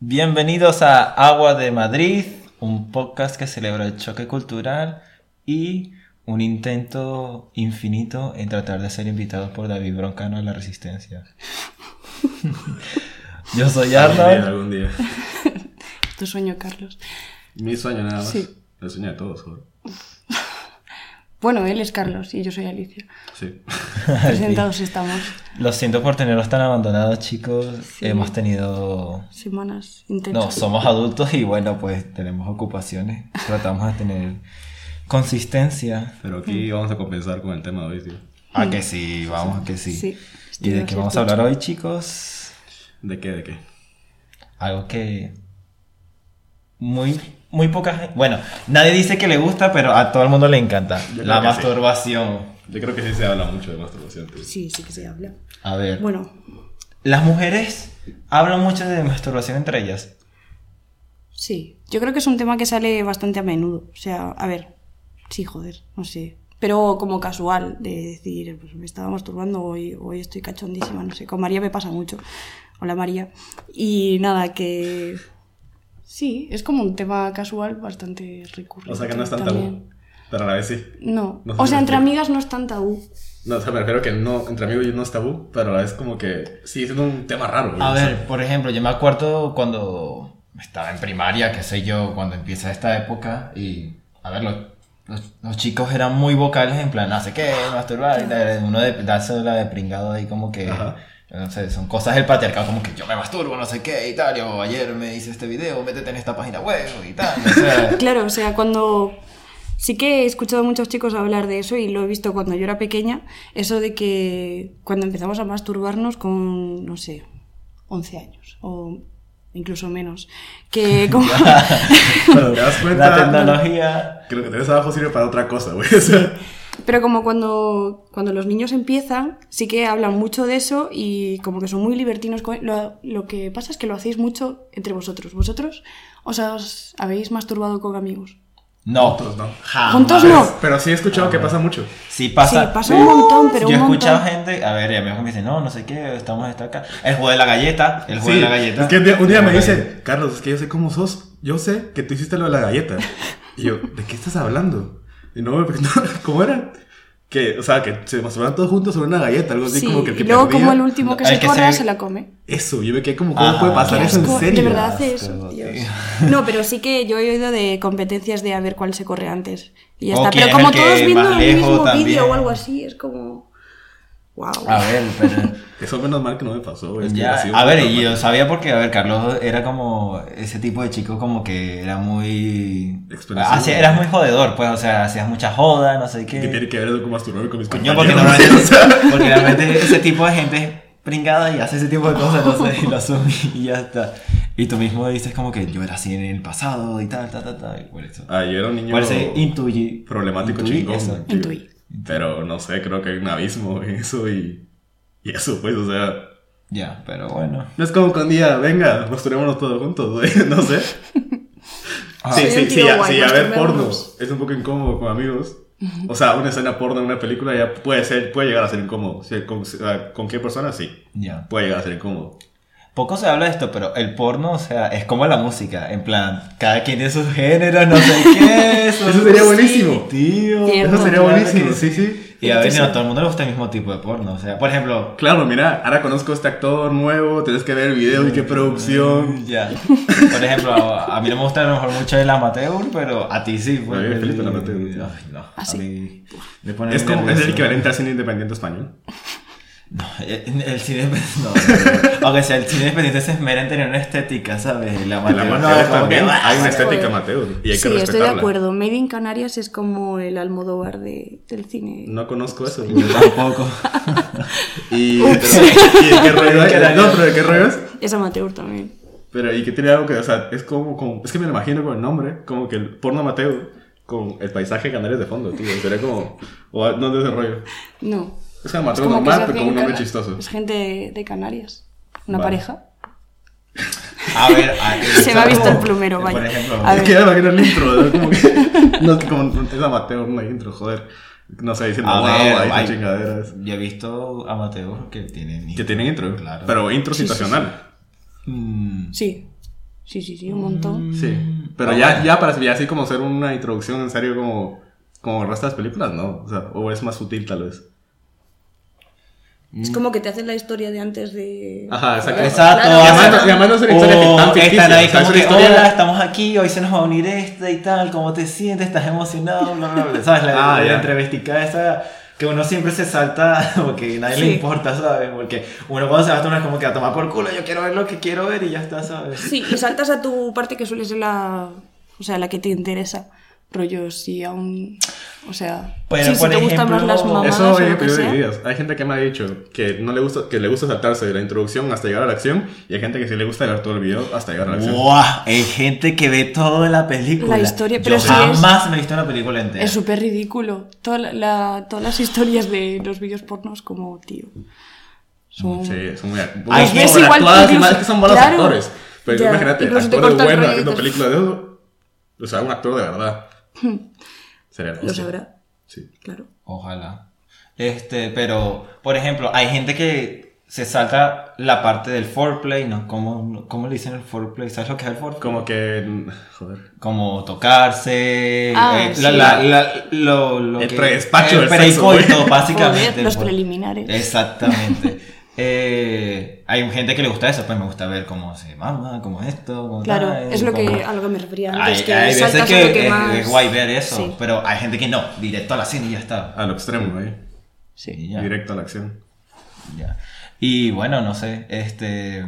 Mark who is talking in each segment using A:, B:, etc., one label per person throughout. A: Bienvenidos a Agua de Madrid, un podcast que celebra el choque cultural y un intento infinito en tratar de ser invitado por David Broncano a la Resistencia. Yo soy Arnold.
B: Algún día, algún día.
C: Tu sueño, Carlos.
B: Mi sueño nada más.
C: Sí.
B: El sueño de todos, joder.
C: Bueno, él es Carlos y yo soy Alicia.
B: Sí.
C: Presentados estamos.
A: Lo siento por tenerlos tan abandonados, chicos. Hemos tenido
C: Semanas
A: No,
C: intensas.
A: somos adultos y bueno, pues tenemos ocupaciones. Tratamos de tener consistencia.
B: Pero aquí vamos a compensar con el tema de hoy, tío.
A: A Ah, que sí, vamos, a que sí.
C: Sí, estoy
A: ¿Y de qué
C: bastante
A: vamos a hablar hoy, chicos?
B: ¿De qué? ¿De qué?
A: Algo que muy, muy poca gente... Bueno, nadie dice que le gusta, pero a todo el mundo le encanta.
B: Yo
A: La
B: creo que sí.
A: masturbación.
B: Yo creo que sí se habla mucho de masturbación, tío.
C: Sí, sí que se habla.
A: A ver.
C: Bueno,
A: Las mujeres hablan mucho de masturbación entre ellas.
C: sí. Yo creo que es un tema que sale bastante a menudo. O sea, a ver. Sí, joder, no sé. Pero como casual, de decir, pues me estaba masturbando, hoy, hoy estoy cachondísima, no sé. Con María me pasa mucho. Hola María. Y nada, que. Sí, es como un tema casual bastante recurrente.
B: O sea que no es tan
C: también.
B: tabú. Pero a la vez sí.
C: No.
B: No sé
C: o
B: si
C: sea,
B: me
C: entre
B: explico.
C: amigas no es tan tabú.
B: No, o sea, me refiero que no, entre amigos no es tabú, pero a la vez como que sí, es un tema raro. güey.
A: A
B: O sea,
A: ver, por ejemplo, yo me acuerdo cuando estaba en primaria, qué sé yo, cuando empieza esta época y, a ver, los, los- los chicos eran muy vocales en plan, no sé qué, masturbar, y la- uno de darse la de pringado ahí como que,
B: Ajá.
A: no sé, son cosas del patriarcado como que yo me masturbo, no sé qué, y tal, o ayer me hice este video, métete en esta página web y tal, o sea,
C: Claro, o sea, cuando... Sí que he escuchado a muchos chicos hablar de eso y lo he visto cuando yo era pequeña, eso de que cuando empezamos a masturbarnos con, no sé, 11 años o incluso menos, que como...
B: Cuando te das cuenta,
A: la tecnología...
B: que lo que tenés abajo sirve para otra cosa, güey. O sea,
C: Pero como cuando, cuando los niños empiezan, sí que hablan mucho de eso y como que son muy libertinos. con- Lo, lo que pasa es que lo hacéis mucho entre vosotros. ¿Vosotros os, os habéis masturbado con amigos?
A: No,
B: Juntos no.
A: jamás.
C: Juntos no.
B: pero sí he escuchado que pasa mucho.
A: Sí pasa.
C: Sí, pasa un montón, pero
A: Yo
C: un
A: he escuchado
C: montón.
A: gente, a ver, y amigos que me dicen, no, no sé qué, estamos en esta acá. El juego de la galleta, el juego
B: Sí,
A: de la galleta.
B: Es que un día, un día
A: El
B: me
A: juego de la galleta.
B: dice, Carlos, es que yo sé cómo sos. Yo sé que tú hiciste lo de la galleta. Y yo, ¿de qué estás hablando? Y no, porque no, ¿cómo era? Que, o sea, que se masturbaban todos juntos sobre una galleta, algo así
C: Sí,
B: como que el que
C: y luego
B: perdía.
C: como el último que
A: el
C: se
A: que
C: corra
A: se-
C: se la come.
B: Eso, yo me quedé como, ¿cómo
A: Ah,
B: puede pasar
C: Qué
B: eso en
C: asco,
B: serio?
C: De verdad hace eso,
A: Asco,
C: Dios.
A: tío.
C: No, pero sí que yo he oído de competencias de a ver cuál se corre antes. Y ya
A: O
C: está.
A: quién
C: Pero
A: es
C: como
A: el que
C: todos viendo
A: más
C: el
A: lejos
C: mismo
A: también. Ah,
C: vídeo o algo así, es como. ¡Wow!
A: A ver, pero. pues
B: Eso menos mal que no me pasó, güey. es que
A: ya,
B: ha sido
A: a
B: un
A: ver,
B: trauma.
A: y yo sabía porque, a ver, Carlos era como ese tipo de chico como que era muy.
B: Expresivo.
A: Hacía- eras muy jodedor, pues, o sea, hacías mucha joda, no sé
B: ¿Qué tiene que ver eso con masturbarme con mis
A: Coño, porque
B: compañeros?
A: normalmente,
B: O sea,
A: porque normalmente ese tipo de gente es pringada y hace ese tipo de cosas, entonces lo asumí y ya está. Y tú mismo dices como que yo era así en el pasado y tal, tal, tal, tal. y Por eso,
B: Ah, yo era un niño
A: por eso intuí.
B: problemático
A: intuí
B: chingón.
A: eso.
B: tío.
C: Intuí.
B: Pero no sé, creo que hay un abismo en eso y... Y eso, pues, o sea...
A: Ya, pero bueno.
B: No es como que un día, venga, masturbémonos todos juntos, güey, no sé. sí,
C: Soy un
B: sí, sí,
C: tío
B: ya,
C: guay,
B: sí, a ver porno.
C: masturbémonos.
B: Es un poco incómodo con amigos. O sea, una escena porno en una película ya puede ser, puede llegar a ser incómodo. Si- con, ah, ¿con qué persona? Sí,
A: Ya.
B: puede llegar a ser incómodo.
A: Poco se habla de esto, pero el porno, o sea, es como la música. En plan, cada quien tiene sus géneros, no sé qué. sus-
B: Eso sería buenísimo.
A: Tío.
C: Cierto.
B: Eso sería
A: claro
B: buenísimo,
A: que
B: sí, sí.
A: Y a ver,
C: Sí.
A: no, a todo el mundo le gusta el mismo tipo de porno. O sea, por ejemplo.
B: Claro, mira, ahora conozco a este actor nuevo, tenés que ver el video y qué producción.
A: Ya. Por ejemplo, a, a mí no me gusta a lo mejor mucho el amateur, pero a ti sí. pues.
B: A mí me flipa el amateur.
A: Ay, no.
C: Ah, sí.
A: A mí me pone
B: Es, como, es el
A: nervioso.
B: equivalente al cine independiente español.
A: No, el, Eh, el cine independiente. No, aunque sea el cine independiente se esmera en tener una estética, ¿sabes? El amateur,
B: El
A: no, es
B: amateur
A: como que,
B: también.
A: "Ah,
B: Hay una
A: sí".
B: estética
C: Joder.
B: amateur y hay que
C: sí, estoy de
B: respetarla.
C: acuerdo. Made in Canarias es como el Almodóvar de, del cine.
B: No conozco eso. güey.
A: Yo tampoco.
B: Y, pero- ¿y de qué rollo
A: Qué
B: es?
A: daño.
B: No, pero ¿de qué rollo es?
C: Es amateur también.
B: Pero, ¿y qué tiene algo que, o sea, es como, como- es que me lo imagino con el nombre, como que el porno Mateo, con el paisaje de Canarias de fondo, tío, sería como, o a- no, de ese rollo.
C: No.
B: Es un amateur
C: como que se
B: normal, pero
C: hace
B: con
C: en
B: un nombre
C: Cana-
B: chistoso.
C: Es gente de Canarias. Una
B: Vale.
C: pareja.
A: A ver, a- eh,
C: Se me ha visto el plumero,
A: Por
C: vaya.
A: ejemplo,
C: A
B: Es
C: ver.
B: que ya me imagino el intro, ¿no? como que, no, es que como, no es amateur, no hay intro, joder. No sé, diciendo,
A: A
B: wow,
A: ver,
B: ahí
A: hay-
B: están chingaderas.
A: yo he visto amateur que tienen
B: Que tienen intro,
A: Claro.
B: pero intro
C: Sí, sí,
B: situacional.
A: Mm,
C: Sí. Sí, sí, sí, un montón. Mm.
B: Sí.
A: Ah,
B: Pero ya, ya para ya así como hacer una introducción en serio como, como el resto de las películas, no. O sea, o es más sutil tal vez.
A: Mm.
C: Es como que te hacen la historia de antes de.
B: Ajá, exacto.
A: Exacto.
C: Claro.
B: Y además- y además no es una historia
A: O
B: tan ficticia,
A: Están ahí
B: o sea,
A: como que,
B: es una historia-
A: hola, estamos aquí, hoy se nos va a unir esta y tal, ¿cómo te sientes? ¿Estás emocionado? Bla, bla, bla. ¿Sabes? La,
B: Ah,
A: la
B: ya.
A: entrevistica esa que uno siempre se salta porque a nadie le
C: Sí.
A: importa, ¿sabes? Porque uno cuando se va a tomar es como que a tomar por culo, yo quiero ver lo que quiero ver y ya está, ¿sabes?
C: Sí, y saltas a tu parte que suele ser la. O sea, la que te interesa. Rollo, si aún. O sea.
A: Pero,
C: sí, si
A: por
C: te gustan
A: ejemplo,
C: más las mamadas
B: Eso
C: o
B: he
C: lo que
B: pedido
C: sea.
B: divididos. Hay gente que me ha dicho que no le gusta, que le gusta saltarse de la introducción hasta llegar a la acción, y hay gente que sí le gusta ver todo el video hasta llegar a la acción.
A: ¡Wow! Hay gente que ve todo en la película.
C: La historia,
A: Yo
C: pero sí
A: jamás me he visto una película entera.
C: Es súper ridículo. Toda la- la- todas las historias de los vídeos pornos, como tío. Son.
B: Sí, son muy,
A: Ay,
B: muy
A: es
B: mal
C: igual,
B: actuadas, y
C: incluso-
B: más que son malos
C: claro.
B: actores. Pero
C: Ya,
B: imagínate,
C: incluso te
B: actores
C: cortan
B: buenos
C: rollo y
B: haciendo
C: dices-
B: películas de eso. O sea, un actor de verdad. Sería la
C: Lo
B: hostia.
C: sabrá,
B: Sí.
C: claro.
A: Ojalá. Este, pero, por ejemplo, hay gente que se salta la parte del foreplay, ¿no? ¿Cómo, cómo le dicen el foreplay? ¿Sabes lo que es el foreplay?
B: Como que. mm, Joder.
A: Como tocarse,
C: Ah,
A: eh,
C: sí.
A: la- la- la- lo, lo
B: El
A: que-
B: predespacho
A: el
B: del sexo, güey.
A: precoito, básicamente.
C: Joder, los
A: por-
C: preliminares.
A: Exactamente. Eh, hay gente que le gusta eso, pues me gusta ver cómo se mama, cómo esto, cómo
C: Claro,
A: tal,
C: es lo que,
A: cómo-
C: a lo que me refería
A: Hay,
C: antes. que
A: hay veces
C: saltas a
A: que,
C: lo que
A: es,
C: más...
A: es guay ver eso,
C: Sí,
A: pero hay gente que no, directo a la cine y ya está.
B: A lo extremo, ¿eh?
A: Y
C: sí.
A: ya.
B: Directo a la acción.
A: Ya. Y bueno, no sé, este.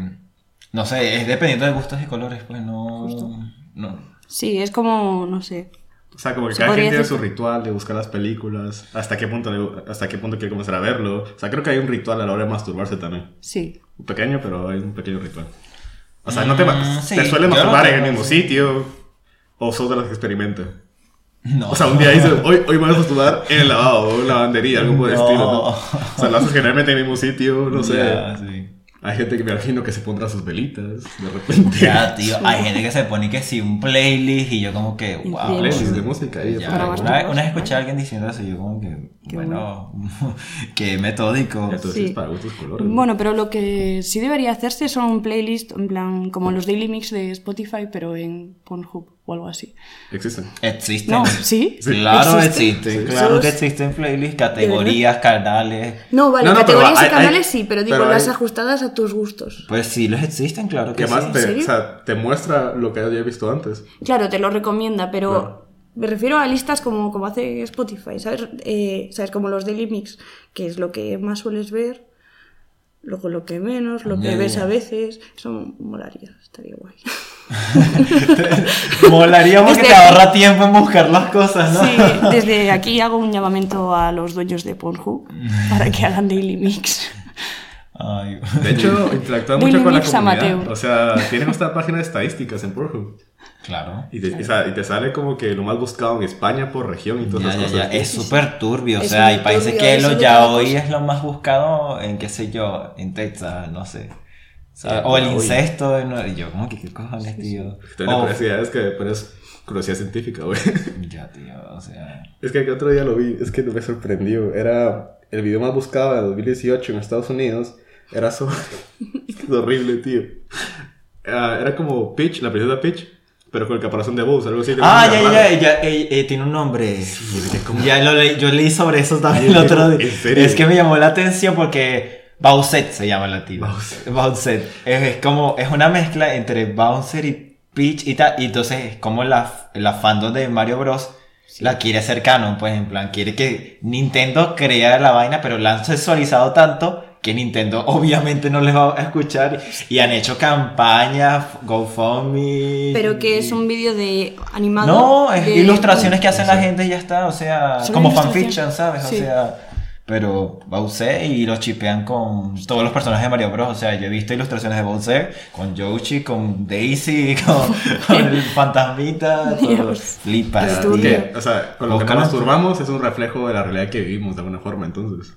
A: No sé, es dependiendo de gustos y colores, pues no.
C: Justo.
A: No.
C: Sí, es como, no sé.
B: O sea, como que
C: Se
B: cada quien
C: podría
B: tiene
C: decir-
B: su ritual de buscar las películas, hasta qué punto le- hasta qué punto quiere comenzar a verlo. O sea, creo que hay un ritual a la hora de masturbarse también.
C: Sí,
B: Un pequeño, pero hay un pequeño ritual. O sea, no te, ma-
A: Mm, sí,
B: te
A: yo
B: suelen
A: no
B: masturbar en
A: tengo,
B: el mismo
A: sí.
B: sitio, o sos de los que experimentan.
A: No.
B: O sea, un día dices, hoy, hoy me vas a masturbar en el lavabo, o en la lavandería, algo por el
A: No.
B: estilo. ¿no? O sea, lo haces generalmente en el mismo sitio, no sé.
A: Ya, sí.
B: Hay gente que me imagino que se pondrá sus velitas de repente.
A: Ya, tío, hay gente que se pone que sí, un playlist y yo como que, wow.
C: Playlist
B: de música ahí,
A: Ya,
B: para
A: una, vez- una vez escuché a alguien diciendo eso y yo como que,
C: Qué
A: bueno, qué metódico.
B: Ya tú
C: Sí.
B: decís para gustos colores. ¿no?
C: Bueno, pero lo que sí debería hacerse son playlists, en plan, como los daily mix de Spotify, pero en Pornhub o algo así.
B: Existen.
A: Existen.
C: No, ¿sí?
A: Claro,
C: ¿Existe?
A: existen. Claro que existen playlists, categorías, canales.
C: No, vale,
B: No, no, pero
C: categorías
B: hay-
C: y canales
B: hay-
C: sí, pero digo,
B: pero hay-
C: las ajustadas a tus gustos.
A: Pues sí, los existen, claro que
B: Que
A: sí.
B: más te,
C: serio?
B: o sea, te muestra lo que había visto antes.
C: Claro, te lo recomienda, pero
B: Claro.
C: me refiero a listas como, como hace Spotify, ¿sabes? Eh, ¿Sabes? Como los Daily Mix, que es lo que más sueles ver, luego lo que menos, lo
A: Ya,
C: que
A: ya,
C: ves
A: ya.
C: a veces. Eso molaría, estaría guay.
A: Molaría porque
C: Desde
A: te
C: aquí.
A: ahorra tiempo en buscar las cosas, ¿no?
C: Sí, desde aquí hago un llamamiento a los dueños de Pornhub para que hagan Daily Mix.
A: Ay.
B: De hecho, interactúa
C: Daily
B: mucho con la
C: Mix
B: comunidad.
C: amateur.
B: O sea, tienen esta página de estadísticas en Pornhub.
A: Claro.
B: Y te, o sea, y te sale como que lo más buscado en España por región y todas
A: Ya,
B: esas
A: ya, ya.
B: cosas.
A: Es súper turbio. O
C: Es
A: sea, hay
C: muy
A: países
C: turbio,
A: que
C: es
A: lo
C: muy
A: ya
C: otra
A: hoy
C: cosa.
A: es lo más buscado en, qué sé yo, en Texas, no sé. O, sea,
B: Sí,
A: o el
B: Ah, hoy.
A: incesto. en- Y yo, como que qué cojones, tío.
B: Tengo
A: O-
B: curiosidad, es que pero es curiosidad científica, güey.
A: ya, tío. O sea.
B: Es que el otro día lo vi, es que me sorprendió. Era el video más buscado de 2018 en Estados Unidos. Era sobre... es horrible, tío. Ah, era como Peach, la princesa Peach, pero con el caparazón de Bowser, algo así. que
A: Ah,
B: era
A: ya,
B: raro.
A: ya, ya. ya, eh, eh, tiene un nombre.
B: mira, ¿cómo?
A: Ya lo leí- yo leí sobre eso también
B: Ay,
A: el otro
B: ¿en
A: día.
B: serio?
A: Es que me llamó la atención porque. Bowset se llama la tía.
B: Bowsette.
A: Bowset. Es, es como. Es una mezcla entre Bouncer y Peach y tal. Y entonces es como la, la fandom de Mario Bros. La quiere hacer canon, pues en plan, quiere que Nintendo crea la vaina, pero la han sexualizado tanto que Nintendo obviamente no les va a escuchar. Y han hecho campañas, GoFundMe.
C: Pero que es un vídeo de animado.
A: No, es
C: de-
A: ilustraciones que hacen la
B: Sí.
A: gente y ya está, o sea,
C: Solo
A: como
C: ilustración.
A: fanfiction, ¿sabes?
C: Sí.
A: O sea, pero Bowser y los chipean con todos los personajes de Mario Bros. O sea, yo he visto ilustraciones de Bowser con Yoshi, con Daisy, con, con el fantasmita, todo.
C: Dios.
A: Flipas,
B: Ya,
C: Estuvo
A: tío.
C: bien.
B: que, o sea, con lo que nos
A: Ojalá.
B: masturbamos es un reflejo de la realidad que vivimos de alguna forma, entonces.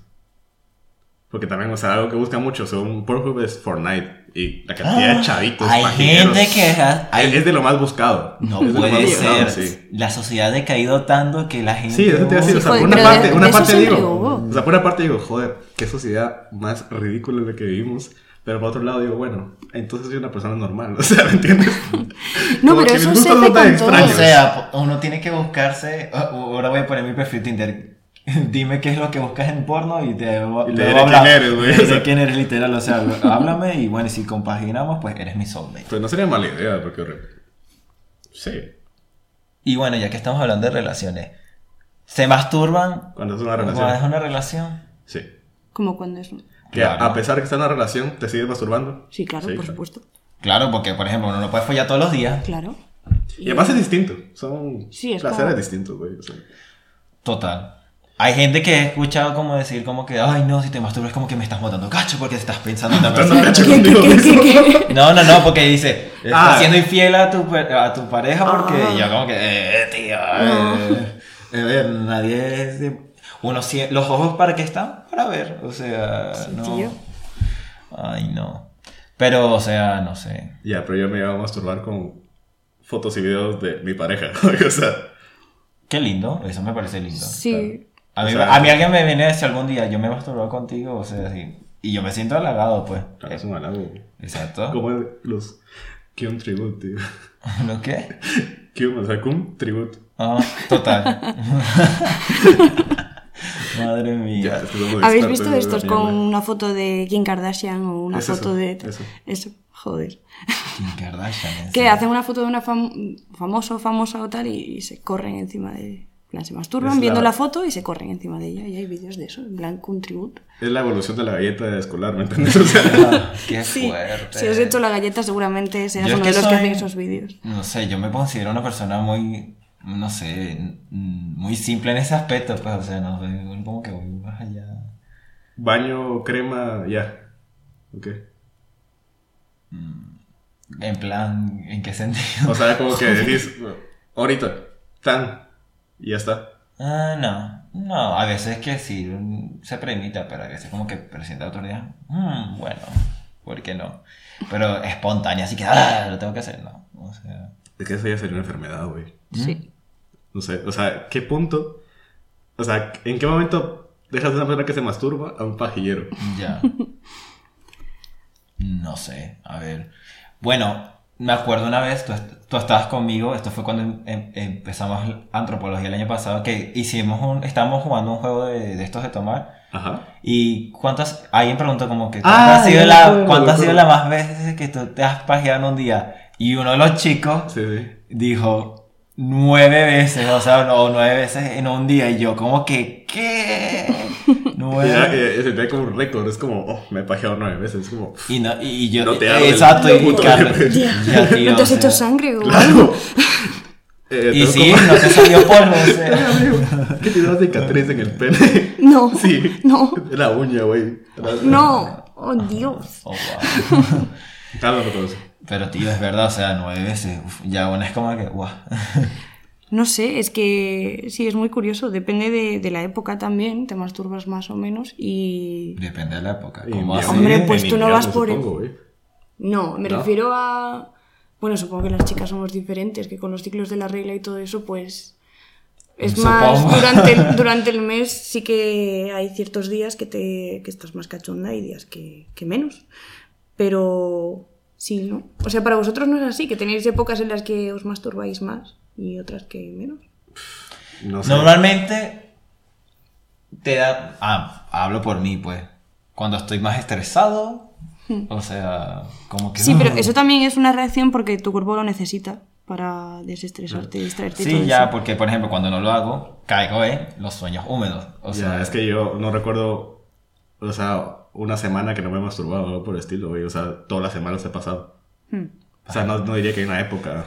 B: Porque también, o sea, algo que busca mucho según Pornhub es Fortnite y la cantidad
A: Ah,
B: de chavitos.
A: hay
B: pajineros.
A: gente que ha- hay-
B: es, es de lo más buscado.
A: No
B: Es de lo más
A: puede ser.
B: buscado, sí.
A: La sociedad ha caído tanto que la gente.
B: Sí, eso te iba a decir, o sea,
C: joder,
B: por una
C: pero de-
B: parte,
C: de
B: una
C: eso
B: parte
C: siempre
B: digo,
C: hubo.
B: o sea, por una parte digo, joder, qué sociedad más ridícula en la que vivimos, Pero por otro lado digo, bueno, entonces soy una persona normal, o sea, ¿me entiendes?
C: No,
B: Como
C: pero
B: que
C: eso
B: mis
C: se
B: gustos
C: hace
B: son tan
C: con todo.
A: O
B: extraños.
A: sea, uno tiene que buscarse. ah, Ahora voy a poner mi perfil Tinder. Dime qué es lo que buscas en porno y te, voy-
B: Y
A: te
B: le
A: voy a
B: diré
A: hablar.
B: quién eres, güey.
A: Te diré quién eres literal. O sea, háblame y bueno, y si compaginamos, pues eres mi soulmate.
B: Pues no sería mala idea, porque... Sí,
A: Y bueno, ya que estamos hablando de relaciones, ¿se masturban
B: cuando es una
A: cuando es
B: relación.
A: una relación?
B: Sí.
C: Como cuando es. un-
B: Que
A: Claro.
B: a pesar que está en una relación, te sigues masturbando.
C: Sí, claro, por supuesto.
A: Claro, porque por ejemplo, uno no puede follar todos los días.
C: Claro.
B: Y además es distinto. Son
C: Sí, es
B: placeres
C: como-
B: distintos, güey. o sea.
A: Total. Hay gente que he escuchado como decir como que, ay no, si te masturbas como que me estás matando cacho porque estás pensando en otra
B: Tanto
A: persona".
B: cacho
C: ¿Qué, qué,
B: contigo
C: qué,
B: mismo.
C: qué, qué?
A: No, no, no, porque dice, estás
B: Ah.
A: siendo infiel a tu, pe- a tu pareja porque
C: Ah.
A: y yo como que, eh, tío, eh, eh, nadie es de- Uno, sie- los ojos para qué están, para ver, o sea,
C: Sí,
A: Ah, no.
C: tío.
A: Ay, no. Pero, o sea, no sé.
B: Ya, pero yo me iba a masturbar con fotos y videos de mi pareja. o sea,
A: Qué lindo, eso me parece lindo.
C: Sí.
A: A mí,
B: O sea-
A: a mí alguien me viene a decir algún día, yo me masturbo contigo, o sea, sí. Y yo me siento halagado, pues.
B: claro, es un halago.
A: Exacto.
B: Como el- los... Que un tributo, tío.
A: ¿Lo qué?
B: Que un, o sea, que un tributo.
A: Ah, total. Madre mía.
B: Ya, es que somos
C: ¿Habéis
B: expertos
C: visto
B: en
C: estos
B: la
C: con
B: mierda.
C: una foto de Kim Kardashian o una
B: Es eso,
C: foto de.
B: eso.
C: eso, joder.
A: Kim Kardashian. en
C: Que
A: serio.
C: hacen una foto de una fam- famoso, famosa o tal y, y se corren encima de. en plan, se masturban
B: Es
C: viendo
B: la-
C: la... foto y se corren encima de ella. Y hay vídeos de eso, en blanco, un tributo.
B: Es la evolución de la galleta escolar, ¿me entiendes? O sea,
A: Ah, Qué
C: Sí,
A: fuerte.
C: si os he hecho la galleta, seguramente seas
A: Yo es
C: uno
A: que
C: de los
A: soy-
C: que hacen esos vídeos.
A: No sé, yo me considero una persona muy. No sé, n- muy simple en ese aspecto, pues, o sea, no sé, como que voy más allá.
B: baño, crema, ya. Ok.
A: En plan, ¿en qué sentido?
B: O sea, como que decís, ahorita, tan, y ya está.
A: Ah, no. No, a veces que sí mm, se premita, pero a veces como que presenta autoridad. Mm, bueno, ¿por qué no? Pero espontánea, así que ah, lo tengo que hacer, ¿no? O sea,
B: Es que eso ya sería una enfermedad, güey.
A: ¿Mm?
C: Sí.
B: No sé, o sea, ¿qué punto? O sea, ¿en qué momento dejas de una persona que se masturba a un pajillero?
A: ya. No sé, a ver. Bueno, me acuerdo una vez, tú, est- tú estabas conmigo, esto fue cuando em- em- empezamos antropología el año pasado, que hicimos un, estábamos jugando un juego de, de estos de tomar.
B: Ajá.
A: ¿Y cuántas? Alguien preguntó como que ¿cuánto
B: Ah,
A: ha sido,
B: ya me
A: la,
B: acuerdo,
A: cuánto
B: me
A: ha sido
B: acuerdo.
A: la más veces que tú te has pajeado en un día? Y uno de los chicos
B: Sí, sí.
A: dijo nueve veces, o sea, no, nueve veces en un día. Y yo como que, ¿qué?
B: Y era
A: Nueve.
B: que se ve como un récord, es como, oh, me he pajeado nueve veces, es como,
A: Y, no, y, y yo...
B: No te hago el
A: exacto, y,
B: puto
A: claro,
B: nueve veces.
A: ya, tío,
C: ¿No te has
A: o sea,
C: hecho sangre o algo?
B: claro. Eh,
A: Y
B: tengo
A: sí,
B: como-
A: no te salió polvo, o sea.
B: ¿Qué tiene una cicatriz en el pene?
C: No.
B: Sí.
C: No.
B: La uña, güey.
C: No. Oh, Dios.
A: Oh, wow.
B: Claro, Ah, no conoce.
A: Pero tío, es verdad, o sea, nueve veces. uf, ya, bueno, es como que, guau.
C: No sé, es que sí, es muy curioso. Depende de, de la época también. Te masturbas más o menos y.
A: Depende de la época.
B: Y
A: ¿Cómo
B: mi
A: así?
C: Hombre,
B: en
C: pues tú no
B: invierno,
C: vas por-
B: supongo, güey.
C: No, me
B: ¿No?
C: refiero a. Bueno, supongo que las chicas somos diferentes, que con los ciclos de la regla y todo eso, pues. Es
A: Supongo.
C: más, durante el, durante el mes sí que hay ciertos días que, te, que estás más cachonda y días que, que menos. Pero sí, ¿no? O sea, para vosotros no es así, que tenéis épocas en las que os masturbáis más y otras que menos.
B: No sé.
A: Normalmente te da. Ah, hablo por mí, pues. Cuando estoy más estresado, o sea, como que.
C: Hmm. Sí, pero
A: "Ugh".
C: eso también es una reacción porque tu cuerpo lo necesita para desestresarte, distraerte y todo
A: Sí, ya, pues,
C: eso.
A: porque por ejemplo, cuando no lo hago, caigo en los sueños húmedos. O
B: O sea,
A: sea,
B: es que yo no recuerdo, o sea, una semana que no me he masturbado o algo por el estilo, güey. O sea, todas las semanas he pasado.
C: Hmm.
B: O sea, no, no diría que hay una época.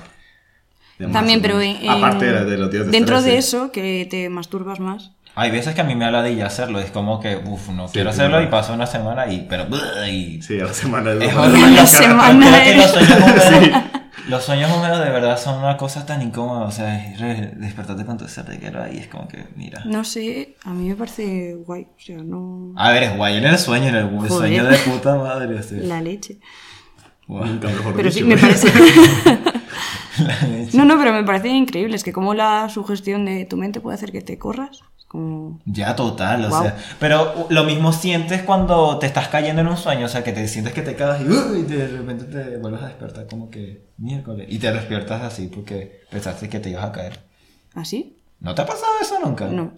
B: de
C: También,
B: más,
C: pero
B: ¿no?
C: en- en-
B: Aparte de, la- de los días de
C: dentro
B: estrés,
C: de
B: sí.
C: eso que te masturbas más.
A: hay veces que a mí me habla de ya hacerlo. Es como que, uff, no quiero
B: sí,
A: hacerlo
B: sí.
A: y paso una semana y. Pero. "Ugh", y-
B: Sí, a la semana
A: Es
B: lo más-
A: horrible.
C: La semana
A: Creo que
C: es-
A: los sueños
B: Sí.
A: húmedos. Los sueños húmedos de verdad son una cosa tan incómoda. O sea, es re- despertarte con tu certeza y es como que,
B: Ah.
A: mira.
C: No sé, a mí me parece guay. O sea, no.
A: A ver, es guay en el sueño, en el buen
C: Joder.
A: sueño de puta madre. o sea.
C: La leche.
A: Guau.
B: Nunca mejor
C: Pero
B: dicho,
C: sí, me
B: güey.
C: parece.
A: La leche.
C: No, no, pero me parece increíble. Es que como la sugestión de tu mente puede hacer que te corras como...
A: Ya, total, o
C: Wow.
A: sea. Pero lo mismo sientes cuando te estás cayendo en un sueño, o sea, que te sientes que te cagas y, ¡uh! y de repente te vuelves a despertar como que miércoles. Y te despiertas así porque pensaste que te ibas a caer.
C: ¿Así?
A: ¿No te ha pasado eso nunca?
C: No.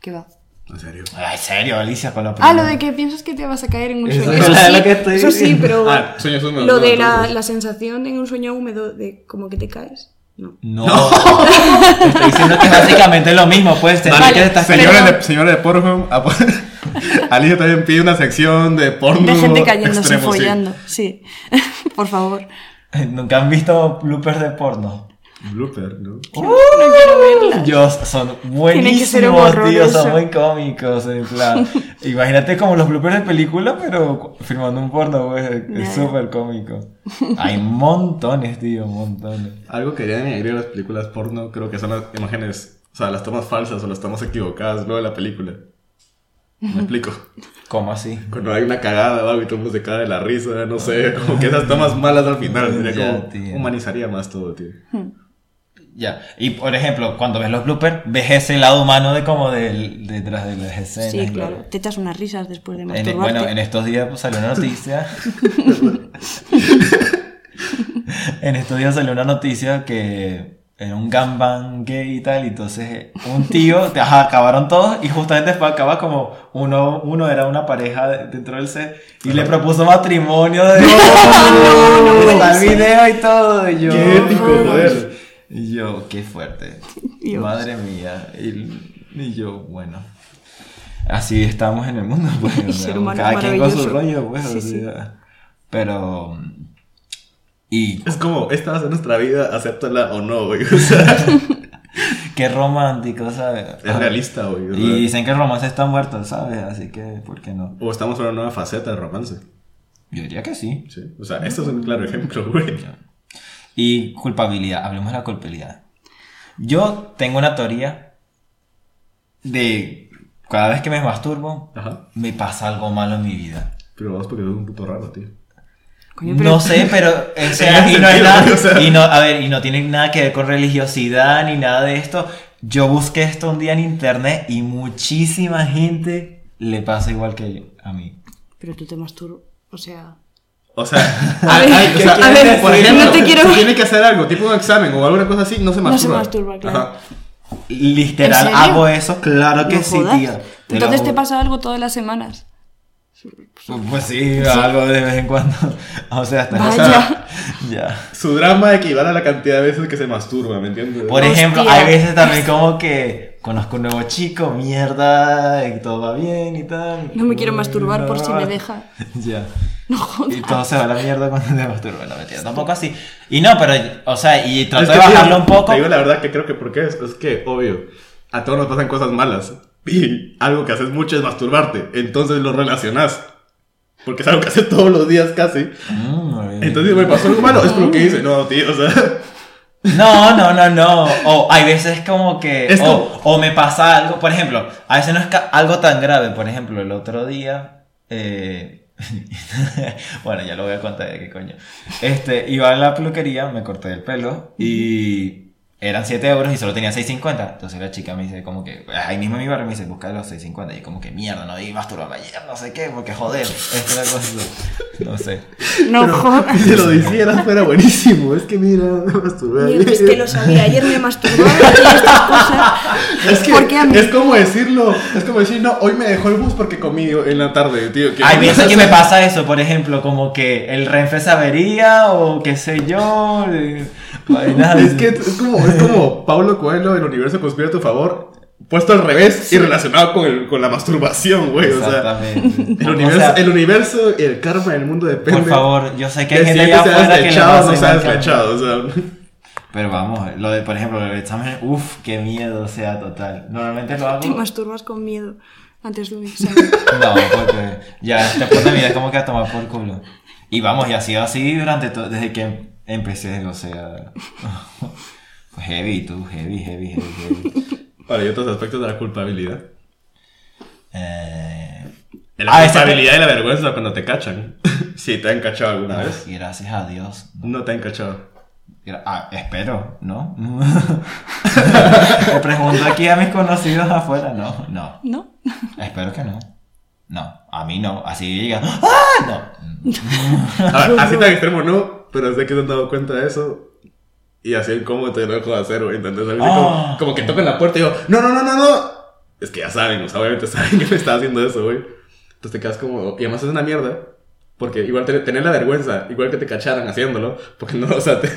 C: ¿Qué va?
B: En serio.
A: Ay, serio, Alicia, con la
C: Ah, lo
A: primera.
C: de que piensas que te vas a caer en un
A: Eso
C: sueño.
A: es
C: Eso
A: lo
C: sí,
A: que estoy
C: eso sí,
A: diciendo.
C: pero...
B: Ah, sueños húmedos.
C: Lo
B: no,
C: de la,
B: entonces.
C: la sensación de en un sueño húmedo de como que te caes. No.
A: No. Te estoy diciendo que es básicamente lo mismo, pues. Te
C: Vale,
A: que te estás
C: pero-
A: cayendo.
B: Señores de, señores de Pornhub, apo- Alicia también pide una sección de porno.
C: De gente cayéndose,
B: extremo, sí.
C: follando. Sí. Por favor.
A: Nunca han visto bloopers de porno.
B: Blooper, ¿no?
C: no quiero verla.
A: Dios, son
C: Tiene que ser
A: buenísimos, tío,
C: horroroso.
A: son muy cómicos, en plan. Imagínate como los bloopers de película, pero filmando un porno, güey,
C: Ya.
A: es súper cómico. Hay montones, tío, montones.
B: Algo que querían añadir a las películas porno, creo que son las imágenes, o sea, las tomas falsas o las tomas equivocadas luego de la película. Me explico.
A: ¿Cómo así?
B: Cuando hay una cagada o algo y todo el mundo se cae de la risa, no sé, como que esas tomas malas al final, sería
A: Ya,
B: como
A: tío.
B: humanizaría más todo, tío.
A: Ya, y por ejemplo, cuando ves los bloopers, ves ese lado humano de como del- detrás de las escenas.
C: Sí,
A: ¿no?
C: claro. Te echas unas risas después de
A: En- e,
C: masturbarte.
A: bueno, en estos días pues, salió una noticia. en estos días salió una noticia que era un gangbang gay y tal, y entonces un tío, te- ajá, acabaron todos, y justamente después acaba como uno, uno era una pareja de- dentro del set y le propuso matrimonio de Está el video y todo, y yo.
B: Qué épico, joder.
A: Y yo, qué fuerte.
C: Dios.
A: Madre mía. Y, y yo, bueno. Así estamos en el mundo, pues. o
C: El
A: sea,
C: ser humano
A: cada
C: es
A: quien con su
C: maravilloso.
A: rollo, pues. o
C: Sí, sí.
A: sea. Pero. Y
B: Es como, esta va a ser nuestra vida, acéptala o no, güey. O sea,
A: qué romántico, ¿sabes?
B: es realista, güey. o sea.
A: Y dicen que el romance está muerto, ¿sabes? Así que, ¿por qué no?
B: O estamos en una nueva faceta del romance.
A: Yo diría que sí.
B: Sí. O sea, esto es un claro ejemplo, güey.
A: Y culpabilidad, hablemos de la culpabilidad. Yo tengo una teoría de cada vez que me masturbo,
B: Ajá.
A: me pasa algo malo en mi vida.
B: Pero vamos porque es un puto raro, tío.
C: Coño, pero-
A: No sé, pero o sea,
B: En ese
A: y no hay
B: sentido,
A: nada,
B: o sea.
A: y no, a ver, y no tiene nada que ver con religiosidad ni nada de esto. Yo busqué esto un día en internet y muchísima gente le pasa igual que yo- a mí.
C: Pero tú te masturbas. O sea.
B: O sea,
C: A ver,
B: ay, o sea,
C: ¿qué quieres decir?
B: por ejemplo,
C: No te quiero-
B: si tiene que hacer algo, tipo un examen o alguna cosa así, no se
C: No se
B: masturba.
C: masturba, claro.
B: Ajá.
A: Literal,
C: ¿En serio?
A: hago eso, claro que
C: no
A: sí,
C: jodas.
A: tío. lo
C: Entonces te
A: juro.
C: pasa algo todas las semanas.
A: Pues sí, algo de vez en cuando. O sea, hasta
C: Vaya.
A: ya.
B: Su drama equivale a la cantidad de veces que se masturba, ¿me entiendes?
A: Por
C: Hostia.
A: ejemplo, hay veces también como que conozco un nuevo chico, mierda, y todo va bien y tal.
C: No me quiero masturbar por si me
A: Ah.
C: deja.
A: Ya.
C: No jodas.
A: Y todo se va a la mierda cuando te masturbas, no mentira. Tampoco así. Y no, pero, o sea, y trato
B: Es
A: de
B: que, tío,
A: bajarlo un poco.
B: Te digo la verdad que creo que porque es, es que, obvio, a todos nos pasan cosas malas. Y algo que haces mucho es masturbarte. Entonces lo relacionás. Porque es algo que haces todos los días casi.
A: Mm, muy bien.
B: Entonces me pasó algo malo. Es por lo que dice, no, tío, o sea.
A: No, no, no, no. O hay veces como que.
B: Es
A: o,
B: como-
A: o me pasa algo. Por ejemplo, a veces no es ca- algo tan grave. Por ejemplo, el otro día. eh, bueno, ya lo voy a contar de qué coño. Este, iba a la peluquería, me corté el pelo y. Eran 7 euros y solo tenía 6.50. Entonces la chica me dice, como que, ahí mismo en mi barrio me dice, busca los 6.50. Y yo como que, mierda, no di masturbarme ayer, no sé qué, porque joder, este es una cosa. No sé.
C: No jodas.
B: Si lo hicieras fuera buenísimo. Es que mira, me masturbé.
C: Mierda, Es que lo sabía, ayer me masturbaba y estas cosas.
B: Es que
C: ¿Por qué a mí?
B: es como decirlo, es como decir, no, hoy me dejó el bus porque comí en la tarde, tío. que-
A: Hay veces que me pasa eso, por ejemplo, como que el renfe se avería o qué sé yo. eh, vainas.
B: Es que es como, es como Pablo Coelho, el universo conspira a tu favor, puesto al revés y relacionado con, el- con la masturbación, güey. O sea,
A: Exactamente.
B: el
A: O
B: universo,
A: sea,
B: el universo y el karma del mundo depende.
A: por favor, yo sé que hay
B: de si
A: gente
B: es que
A: allá
B: seas
A: afuera que le
B: flechado o
A: pasa
B: no seas
A: igual que a mí.
B: flechado, o sea.
A: Pero vamos, lo de, por ejemplo, el examen, uff, qué miedo, o sea, total. Normalmente lo hago.
C: Te masturbas con miedo antes de un examen.
A: No, porque ya después de mi vida es como que a tomar por culo. Y vamos, y ha sido así durante todo, desde que em- empecé, o sea. Pues heavy, tú, heavy, heavy, heavy, heavy.
B: Bueno, y otros aspectos de la culpabilidad.
A: Eh,
B: La
A: Ah, ese-
B: culpabilidad y la vergüenza cuando te cachan. si te han cachado alguna vez.
A: y gracias a Dios.
B: No te han cachado.
A: Era- ah, espero, ¿no? Le pregunto aquí a mis conocidos afuera, no, no.
C: ¿No?
A: Espero que no. No, a mí no. Así llega. ¡Ah! No.
B: A ver, así tan extremo no, pero sé que se han dado cuenta de eso. Y así el cómodo te lo dejo de hacer, güey. Entonces, a mí
A: Ah.
B: como, como que tocan la puerta y yo, no, no, no, no, no. Es que ya saben, o sea, obviamente saben que me está haciendo eso, güey. Entonces te quedas como, y además es una mierda. Porque igual te- tener la vergüenza, igual que te cacharan haciéndolo, porque no, o sea, te...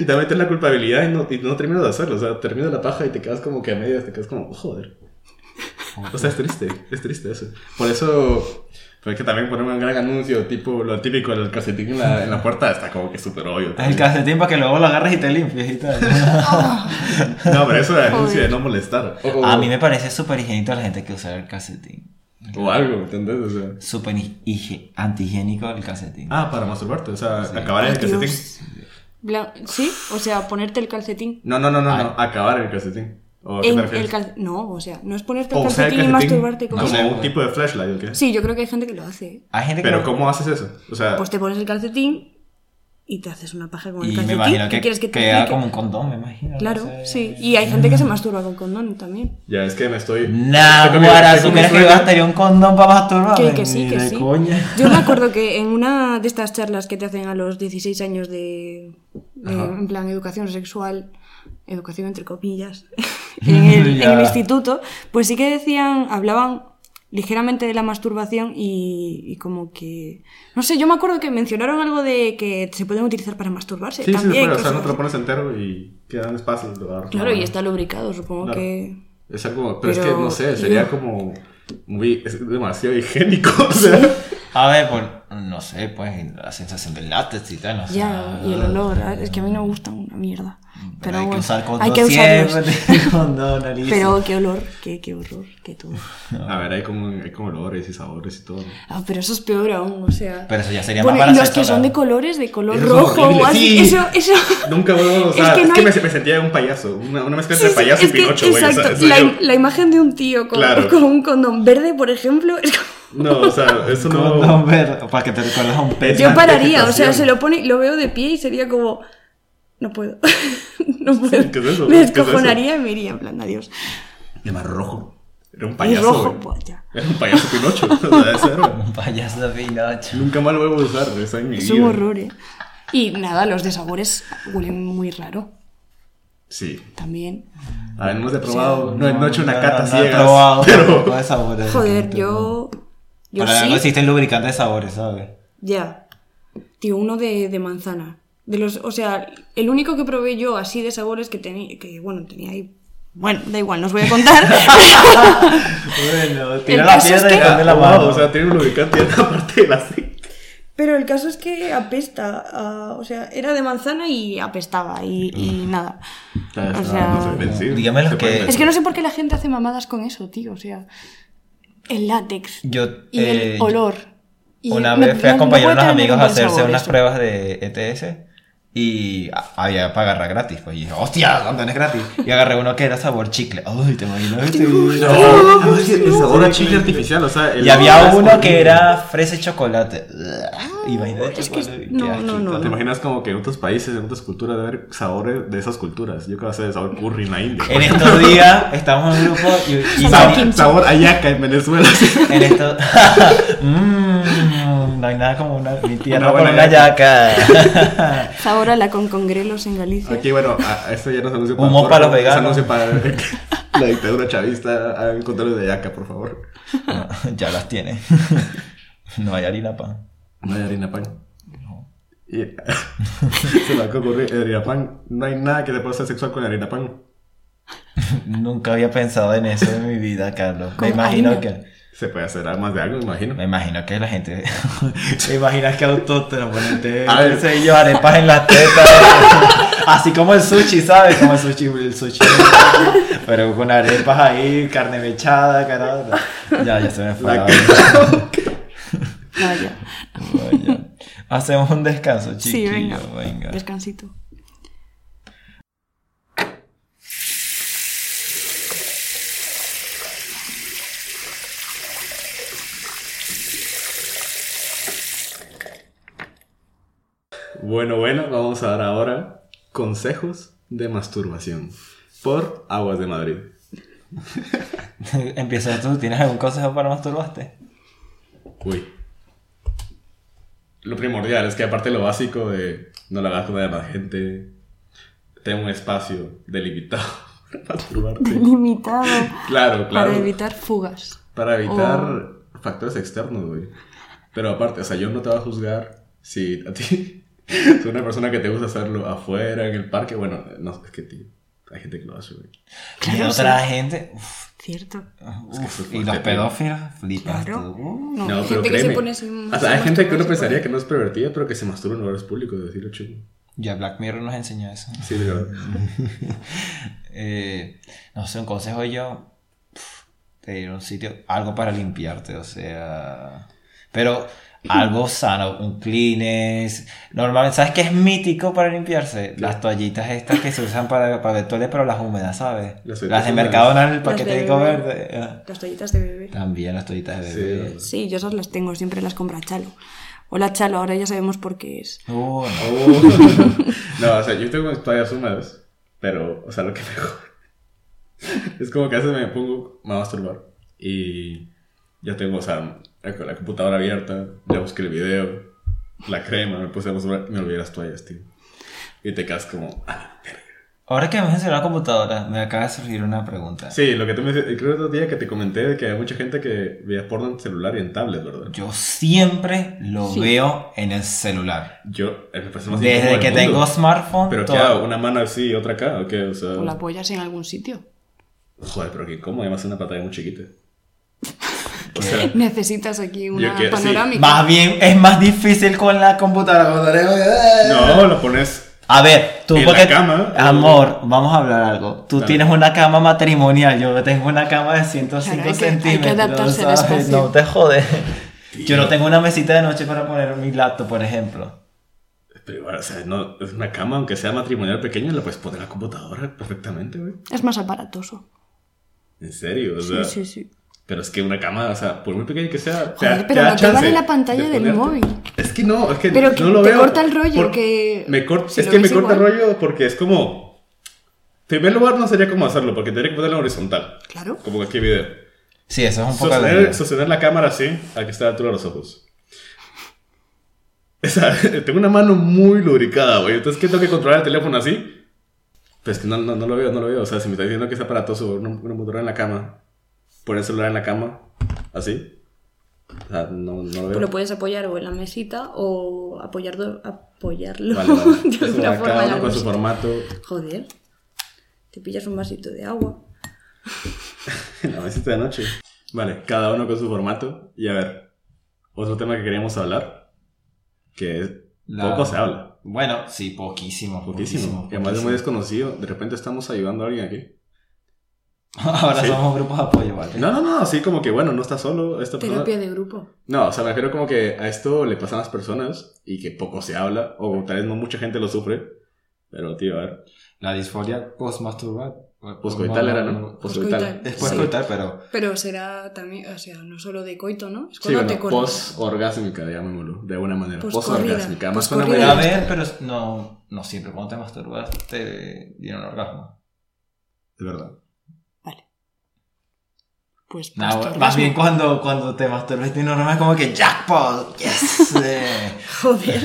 B: y también tener la culpabilidad y no, y no terminas de hacerlo, o sea, terminas la paja y te quedas como que a medias, te quedas como, joder. O sea, es triste, es triste eso. Por eso, pero es que también poner un gran anuncio, tipo lo típico, el calcetín en la, en la puerta, está como que súper obvio.
A: El calcetín para que luego lo agarres y te limpies y tal.
B: No, pero eso de anuncio
C: Joder.
B: de no molestar. Ah, O, o-
A: A mí me parece súper higiénico la gente que usa el calcetín.
B: o algo, ¿entendés? O sea,
A: Súper higi- antihigiénico el calcetín.
B: ah, para masturbarte, o sea, acabar el
C: Ay,
B: calcetín.
C: Dios. Bla- Sí, o sea, ponerte el calcetín.
B: No, no, no, no, no, acabar el calcetín. ¿O a qué
C: En
B: te
C: el
B: refieres?
C: cal- No, o sea, no es ponerte el
B: O sea,
C: calcetín,
B: el
C: y
B: calcetín,
C: masturbarte con
B: como
A: sé,
B: un tipo de flashlight, ¿o qué?
C: Sí, yo creo que hay gente que lo hace. ¿eh?
A: Hay gente que
B: Pero
A: lo-
B: ¿cómo haces eso? O sea,
C: Pues te pones el calcetín y te haces una paja con el
A: Y me
C: calcetín.
A: imagino
C: ¿Qué
A: que,
C: quieres que te
A: queda
C: explique?
A: como un condón, me imagino. no
C: Claro,
A: sé.
C: sí. Y hay gente que se masturba con condón también.
B: ya es que me estoy...
A: Nah,
B: estoy comiendo-
A: guara,
B: estoy
A: ¿tú crees que
B: comiendo-
A: gastaría un condón para
B: Ah,
A: masturbarme?
C: Que, que sí,
A: Ni
C: que
A: de
C: sí.
A: coña.
C: Yo me acuerdo que en una de estas charlas que te hacen a los 16 años de, de, en plan educación sexual, educación entre comillas, en, el, en el
A: Ya.
C: instituto, pues sí que decían, hablaban ligeramente de la masturbación y, y como que no sé yo me acuerdo que mencionaron algo de que se pueden utilizar para masturbarse
B: Sí, sí, se
C: también
B: puede, o sea,
C: cosas
B: no te
C: así.
B: lo pones entero y queda un espacio. lo agarras con
C: claro
B: la
C: y
B: mano.
C: está lubricado supongo
B: Claro.
C: que
B: Es algo, pero, es
C: Pero-
B: que no sé, sería
C: yo-
B: como muy, es demasiado higiénico, o sea.
A: A ver, por, no sé, pues la sensación del látex y tal, no sé.
C: Ya, y el olor, a- es que a mí no me gusta una mierda. Pero,
A: Pero hay que
C: bueno,
A: usar condón
C: hay que usarlos.
A: siempre, condón, nariz.
C: Pero qué olor, qué, qué horror, qué todo.
B: A ver, hay como, hay como olores y sabores y todo.
C: Ah, pero eso es peor aún, o sea.
A: Pero eso ya sería
C: Bueno,
A: más
C: y
A: para
C: los que son de colores, de color
B: Eso es
C: rojo
B: horrible,
C: o así.
B: sí.
C: Eso, eso.
B: Nunca vuelvo a
C: Es
B: usar. Es
C: que
B: que,
C: no hay-
B: me, me sentía un payaso, una, una mezcla
C: Sí,
B: entre
C: sí,
B: payaso
C: es
B: y
C: que-
B: pinocho, güey. o sea,
C: exacto,
B: soy
C: la,
B: yo.
C: la imagen de un tío con,
B: Claro.
C: con un condón verde, por ejemplo, es como-
B: No, o sea, eso
A: Condón
B: no.
A: verde, para que te recuerdes a un pez.
C: Yo
B: una
C: pararía, o sea,
B: identificación.
C: se lo pone, lo veo de pie y sería como. No puedo. no puedo.
B: ¿qué es eso?
C: Me
B: ¿Qué es eso?
C: descojonaría y me iría, en plan, adiós.
B: Llama rojo. Era un
C: Y
B: payaso.
C: rojo,
B: güey.
C: pues ya.
B: Era un payaso pinocho. O sea, eso era.
A: Un payaso de Pinocho.
B: Nunca más lo vuelvo a usar, eso en mi
C: Es
B: vida.
C: un horror, ¿eh? Y nada, los de sabores huelen muy raro
B: Sí.
C: también.
B: A ver, no los he probado. No, no he hecho una
A: No,
B: cata
A: no he
B: ciegas.
A: probado
B: pero.
A: tampoco de sabores.
C: Joder, yo. Yo
A: Para algo
C: sí.
A: existen lubricantes de sabores, ¿sabes?
C: Ya. Tío, uno de, de manzana. De los, o sea, el único que probé yo así de sabores que tenía. Que bueno, tenía ahí. Bueno, da igual, no os voy a contar.
A: Bueno,
C: tira El la caso piedra es y que-
B: Ah,
C: ponle
B: wow, o sea, tiene un lubricante en la parte del aceite.
C: Pero el caso es que apesta. a- o sea, era de manzana y apestaba y, y nada. O sea.
A: dígame los que-
C: Es que no sé por qué la gente hace mamadas con eso, tío. O sea, el látex.
A: Yo,
C: Y
A: eh,
C: el olor. Y
A: Una
C: no-
A: vez fui a
C: no- no
A: acompañar
C: puede
A: a unos
C: tener
A: amigos a
C: buen
A: hacerse
C: sabor
A: unas
C: eso.
A: pruebas de ETS y a- había para agarrar gratis. Pues y dije, hostia, ¿dónde es gratis? Y agarré uno que era sabor chicle. Ay, te imaginas. este
B: No, es el sabor a chile artificial, o sea. el
A: Y había
B: olor es
A: uno que
B: horrible.
A: era fresa y chocolate. Imagínate.
C: es que es-
A: chocolate,
C: no,
A: qué
C: no,
A: asquito.
C: no,
B: ¿Te imaginas como que en otros países, en otras culturas, debe haber sabores de esas culturas? Yo creo que va a ser sabor curry en la India.
A: En estos días estábamos en un grupo y, y
C: Sabor
A: tenía-
B: Sabor, sabor ayaca en Venezuela.
A: en esto... Mm, no hay nada como una, mi tierra
B: Una
A: con
B: buena
A: una yaca.
C: Sabor a la con congrelos en Galicia.
B: Aquí, bueno, a- a esto ya no se anuncia
A: Humo para los
B: es
A: veganos.
B: anuncio para la dictadura chavista. Hagan controles de ayaca, por favor.
A: ya las tiene. no hay harina pan.
B: No hay harina pan. Y, se me acaba de ocurrir, harina pan. No hay nada que te pueda hacer sexual con harina pan.
A: Nunca había pensado en eso en mi vida, Carlos. Me
C: Con
A: imagino
C: harina.
A: que.
B: Se puede hacer armas de algo, me imagino.
A: Me imagino que la gente. Me imaginas que autóctono ponerte.
B: A ver.
A: qué sé yo, arepas en las tetas. Así como el sushi, ¿sabes? Como el sushi, el sushi. Pero con arepas ahí, carne mechada, carajo. Ya, ya se me fue. la
B: La
C: Vaya.
A: vaina. Vaya. Hacemos un descanso,
C: Sí,
A: chiquillo.
C: venga.
A: venga.
C: Descansito.
B: Bueno, bueno, vamos a dar ahora consejos de masturbación por Aguas de Madrid.
A: Empieza tú, ¿tienes algún consejo para masturbarte?
B: Uy. Lo primordial es que aparte de lo básico de no la hagas con la demás gente, ten un espacio delimitado para masturbarte.
C: Limitado.
B: Claro, claro.
C: Para evitar fugas.
B: Para evitar factores externos, güey. Pero aparte, o sea, yo no te voy a juzgar si a ti, si una persona que te gusta hacerlo afuera, en el parque, bueno, no, es que tío, hay gente que lo hace, güey.
A: Y
C: Claro,
A: otra gente. uf,
C: Cierto.
A: uf,
B: eso es
A: y los
B: fuerte,
A: pedófilos, flipas
C: Claro.
A: tú. Uh,
C: No,
B: No,
C: hay
B: pero
C: gente que se
B: créeme.
C: pone así,
B: o sea, hay
C: se
B: gente que uno
C: masturba, se
B: pensaría
C: pone-
B: que no es pervertida, pero que se masturba en lugares públicos, decirlo chulo.
A: Ya Black Mirror nos enseñó eso.
B: Sí, de verdad.
A: Eh, no sé, un consejo yo. pf, Te diré un sitio, algo para limpiarte, o sea. Pero algo sano, un Kleenex. Normalmente, ¿sabes qué es mítico para limpiarse? Las toallitas estas que se usan para, para el toilet, pero las húmedas, ¿sabes?
B: Las
A: Las,
B: toallitas
A: de
B: húmedas.
A: Mercadona, el
C: Las de
A: paquetico
C: bebé.
A: verde. eh.
C: Las toallitas de bebé.
A: También las toallitas de
B: Sí,
A: bebé.
B: de
C: Sí, yo esas las tengo, siempre las compra Chalo. Hola Chalo, ahora ya sabemos por qué es.
A: Uh, no.
B: Oh. no, o sea, yo tengo toallas húmedas, pero, o sea, lo que me jode es como que a veces me pongo, me voy a masturbar y ya tengo, o sea, la, la computadora abierta, ya busqué el video, la crema, me puse a masturbar, me olvidé las toallas, tío. Y te quedas como, ah,
A: Ahora que me has enseñado la computadora, me acaba de surgir una pregunta.
B: sí, lo que tú me dices, creo que otro día que te comenté de que hay mucha gente que veía porno en celular y en tablet, ¿verdad?
A: Yo siempre lo
C: Sí.
A: veo en el celular.
B: Yo, eh, me parece más incómodo
A: Desde
B: del
A: que
B: mundo.
A: tengo smartphone,
B: Pero ¿qué
A: todo-
B: hago? ¿Una mano así y otra acá? ¿O qué? O sea...
C: O la apoyas en algún sitio.
B: Joder, pero qué cómodo, además es una pantalla muy chiquita. O
A: ¿Qué?
B: sea,
C: Necesitas aquí una
B: Ah. Yo quiero- sí.
C: panorámica.
A: Más bien, es más difícil con la computadora.
B: no, lo pones.
A: "Eh". A ver, tú
B: En la
A: porque...
B: cama.
A: Amor, vamos a hablar algo. Tú
B: Dale.
A: tienes una cama matrimonial, yo tengo una cama de 105
C: Claro, hay que- hay que
A: centímetros.
C: adaptarse al
A: ¿sabes?
C: espacio.
A: No te jodes. Yo no tengo una mesita de noche para poner mi laptop, por ejemplo.
B: Pero igual, o sea, no, es una cama, aunque sea matrimonial pequeña, la puedes poner en la computadora perfectamente, güey.
C: Es más aparatoso.
B: En serio, o sea.
C: Sí, sí, sí.
B: Pero es que una cama, o sea, por muy pequeña que sea.
C: Joder, pero no te vale la pantalla del móvil.
B: Es que no, es que
C: Pero
B: no
C: que
B: lo
C: te
B: veo.
C: corta el rollo,
B: Por-
C: que-
B: Me cort-
C: si
B: es
C: lo
B: que me
C: ves
B: corta el
C: igual.
B: rollo porque es como. En primer lugar, no sería cómo hacerlo, porque tendría que ponerlo horizontal.
C: Claro.
B: Como cualquier video.
A: Sí, eso es un poco
B: Sostener,
A: aburrido.
B: sostener la cámara así, a que está a la altura de los ojos. O sea, tengo una mano muy lubricada, güey. Entonces, ¿qué tengo que controlar el teléfono así? Pues que no, no, no lo veo, no lo veo. O sea, si me está diciendo que es aparatoso, una, una motora en la cama, poner el celular en la cama, así. O sea, no, no lo
C: Pues
B: veo.
C: lo puedes apoyar o en la mesita o apoyarlo, apoyarlo
B: Vale, vale.
C: de
B: Eso,
C: alguna
B: cada
C: forma. en
B: uno
C: algún
B: con su
C: sitio.
B: formato.
C: Joder, te pillas un vasito de agua.
B: La mesita de noche. Vale, cada uno con su formato. Y a ver, otro tema que queríamos hablar, que es
A: La-
B: poco se habla.
A: Bueno, sí, poquísimo.
B: Poquísimo.
A: Poquísimo.
B: Y además es muy desconocido. De repente estamos ayudando a alguien aquí.
A: Ahora
B: Sí.
A: somos grupos de apoyo, ¿vale?
B: No, no, no. Así como que, bueno, no está solo esta persona.
C: Terapia de grupo.
B: No, o sea, me refiero como que a esto le pasan a las personas y que poco se habla. O tal vez no mucha gente lo sufre. Pero, tío, a ver.
A: La disforia post-masturbar.
B: Poscoital era, ¿no? Poscoital.
C: Poscoital.
A: Después
C: Sí.
A: coital, pero.
C: Pero será también, o sea, no solo de coito, Pues ¿no? Es
B: Sí,
C: cuando
B: bueno,
C: te cortas.
B: posorgásmica, llamémoslo. De alguna manera.
C: Poscorrida.
B: Posorgásmica. Más
C: Poscorrida.
A: Pero a
B: una
A: ver, pero no, no siempre cuando te masturbas te dieron orgasmo.
B: De verdad.
C: Pues
A: No,
C: pastorgasmo.
A: más bien cuando, cuando te masturbas y te dieron orgasmo es como que jackpot, yes. eh.
C: Joder.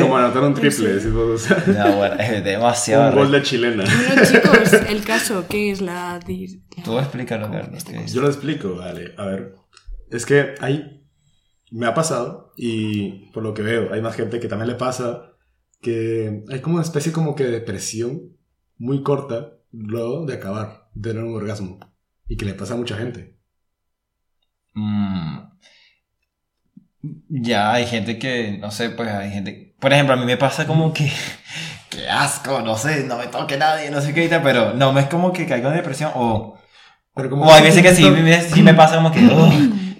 B: Como anotar un triple. decís vos, o sea,
A: no, bueno, es
B: un
A: demasiado.
B: gol
A: re-
B: de chilena.
C: Bueno, chicos, el caso, ¿qué es la... dis-
A: Tú explícalo, Carlos. que es-
B: Yo lo explico, vale. A ver. Es que hay. Me ha pasado y por lo que veo, hay más gente que también le pasa que hay como una especie como que de depresión muy corta luego de acabar, de tener un orgasmo. Y que le pasa a mucha gente.
A: Mm. Ya hay gente que, no sé, pues hay gente. Por ejemplo, a mí me pasa como que. ¡Qué asco! No sé, no me toque nadie, no sé qué y tal, pero no, me es como que caigo en depresión o.
B: Pero como
A: O hay veces que sí, me- sí me pasa como que, "Oh,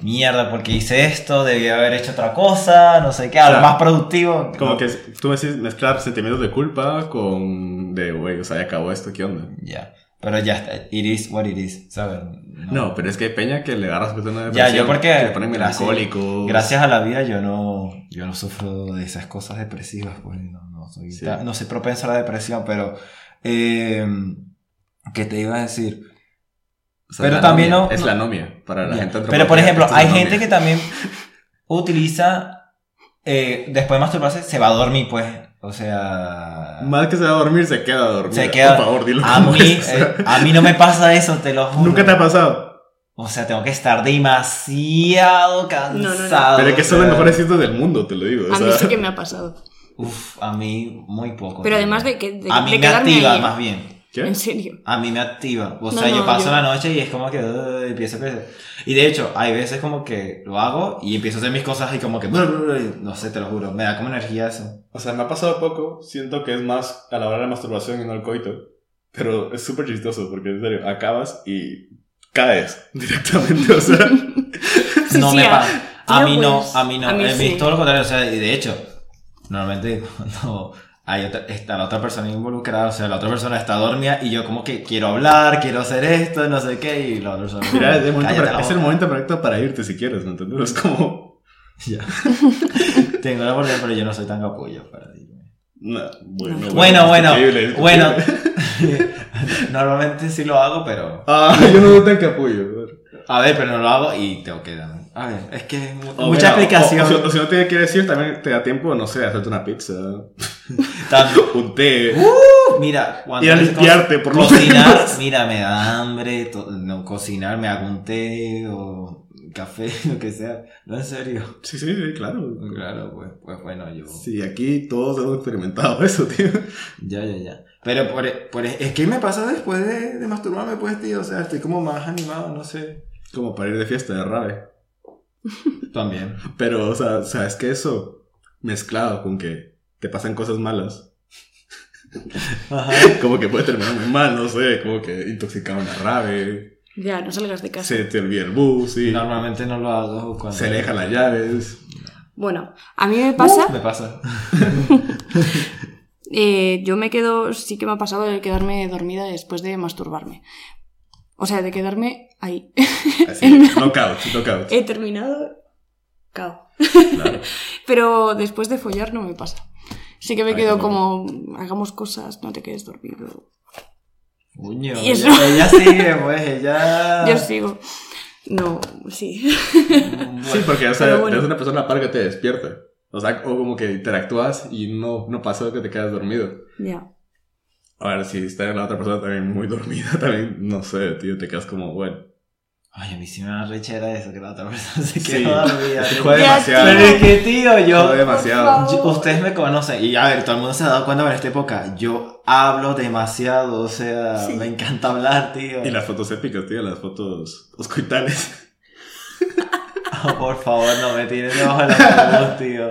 A: mierda, porque hice esto, debía haber hecho otra cosa, no sé qué, algo
B: Claro.
A: más productivo.
B: Como
A: No.
B: que tú me decís mezclar sentimientos de culpa con de, güey, o sea, ya acabó esto, ¿qué onda?
A: Ya, pero ya está, it is what it is, ¿sabes?
B: No, pero es que hay peña que le da respeto a una
A: Ya,
B: depresión.
A: yo porque.
B: que le ponen
A: gracias-
B: melancólico.
A: Gracias a la vida yo no, yo no sufro de esas cosas depresivas, pues no, no, no soy
B: Sí.
A: tan- no soy propenso a la depresión, pero eh, ¿qué te iba a decir?
B: O sea,
A: Pero
B: la
A: también
B: anomia-
A: no-
B: Es
A: no-
B: la anomia para la
A: Ya.
B: gente
A: Pero por ejemplo,
B: antropológica,
A: hay
B: es la
A: gente que
B: anomia.
A: también utiliza eh, después de masturbarse se va a dormir, pues. O sea,
B: Más que se va a dormir, se queda a dormir.
A: se queda.
B: Por favor, dilo
A: a
B: como
A: mí,
B: es, o sea,
A: eh, a mí no me pasa eso, te lo juro.
B: Nunca te ha pasado.
A: O sea, tengo que estar demasiado cansado.
C: no.
B: Pero es que son
A: o
B: los
A: sea,
B: mejores sitios del mundo, te lo digo. o
C: A mí
B: sea.
C: sí que me ha pasado.
A: Uf, a mí muy poco.
C: Pero además de que- de-
A: a mí
C: de
A: me
C: quedarme
A: activa
C: ahí.
A: más bien.
B: ¿Qué?
C: En serio.
A: A mí me activa. O
C: No,
A: sea,
C: no,
A: yo paso
C: yo-
A: la noche y es como que uh, empiezo a crecer. Y de hecho, hay veces como que lo hago y empiezo a hacer mis cosas y como que... No sé, te lo juro. Me da como energía eso.
B: O sea, me ha pasado poco, siento que es más a la hora de la masturbación y no el coito, pero es súper chistoso porque en serio, acabas y caes directamente, o sea,
C: Sí,
A: no
C: sí,
A: me
C: a-
A: pasa. A
C: yo,
A: mí no,
C: pues,
A: a mí no.
C: a mí
A: Es
C: sí.
A: todo lo contrario. O sea, y de hecho, normalmente cuando hay otra, está la otra persona involucrada, o sea, la otra persona está dormida y yo como que quiero hablar, quiero hacer esto, no sé qué, y la otra persona...
B: mira, es el momento,
A: "Cállate la
B: per- es el
A: boca".
B: momento perfecto para irte si quieres, ¿me entiendes? Es como...
A: Ya. Tengo la oportunidad, pero yo no soy tan capullo para decirme.
B: nah, bueno,
C: No.
A: Bueno,
B: es
A: bueno,
B: discutible, es
A: bueno.
B: discutible.
A: Normalmente sí lo hago, pero.
B: Ah, yo no soy tan capullo.
A: A ver, pero no lo hago y tengo que dar. A ver, es que. es mu-
B: O
A: mucha
B: mira, o-
A: explicación.
B: O, o si no te quiere decir, también te da tiempo, no sé, hacerte una pizza,
A: Tanto.
B: un té.
A: Uh, mira, cuando.
B: Ir a
A: haces cosas-
B: limpiarte, por lo
A: Cocinar,
B: menos.
A: mira, me da hambre. to- No, cocinar, me hago un té o café, lo que sea. No, en serio.
B: Sí, sí, sí, claro.
A: Claro, pues, pues bueno, yo.
B: Sí, aquí todos hemos experimentado eso, tío.
A: Ya, ya, ya. Pero por, por- es que me pasa después de, de masturbarme, pues, tío. O sea, estoy como más animado, no sé.
B: Como para ir de fiesta de rave.
A: También.
B: Pero, o sea, ¿sabes que Eso mezclado con que te pasan cosas malas.
A: Ajá.
B: Como que puede terminar muy mal, no sé. Como que intoxicado en la rave.
C: Ya, no salgas de casa.
B: Se te olvida el bus, sí.
A: Normalmente no lo hago cuando... Uh,
B: Se dejan las llaves.
C: Bueno, a mí me pasa...
A: Me pasa.
C: Eh, yo me quedo, sí que me ha pasado de quedarme dormida después de masturbarme. O sea, de quedarme ahí.
B: Así, knockout, knockout.
C: He terminado. Cao.
B: Claro.
C: Pero después de follar no me pasa. Sí que me
B: Ay,
C: quedo
B: no.
C: como, hagamos cosas, no te quedes dormido.
A: Coño,
C: Y eso.
A: ella, ella sigue, pues, ella...
C: Yo sigo. No, sí.
A: Bueno,
B: Sí, porque, o sea,
C: Pero bueno.
B: eres una persona a par que te despierta. O sea, o como que interactúas y no, no pasa que te quedas dormido.
C: ya.
B: A ver, si está la otra persona también muy dormida, también, no sé, tío, te quedas como, bueno.
A: Ay, a mí sí me da rechera eso, que la otra persona se
B: Sí.
A: quedó dormida.
B: Te jode
C: Ya,
B: demasiado.
A: Pero es que, tío, yo...
B: Jode demasiado.
C: favor.
A: yo- Ustedes me conocen y a ver, todo el mundo se ha dado cuenta en esta época. Yo hablo demasiado, o sea,
C: Sí.
A: me encanta hablar, tío.
B: Y las fotos épicas, tío, las fotos oscuitales.
A: Ah, por favor, no me tiren debajo de la luz, tío.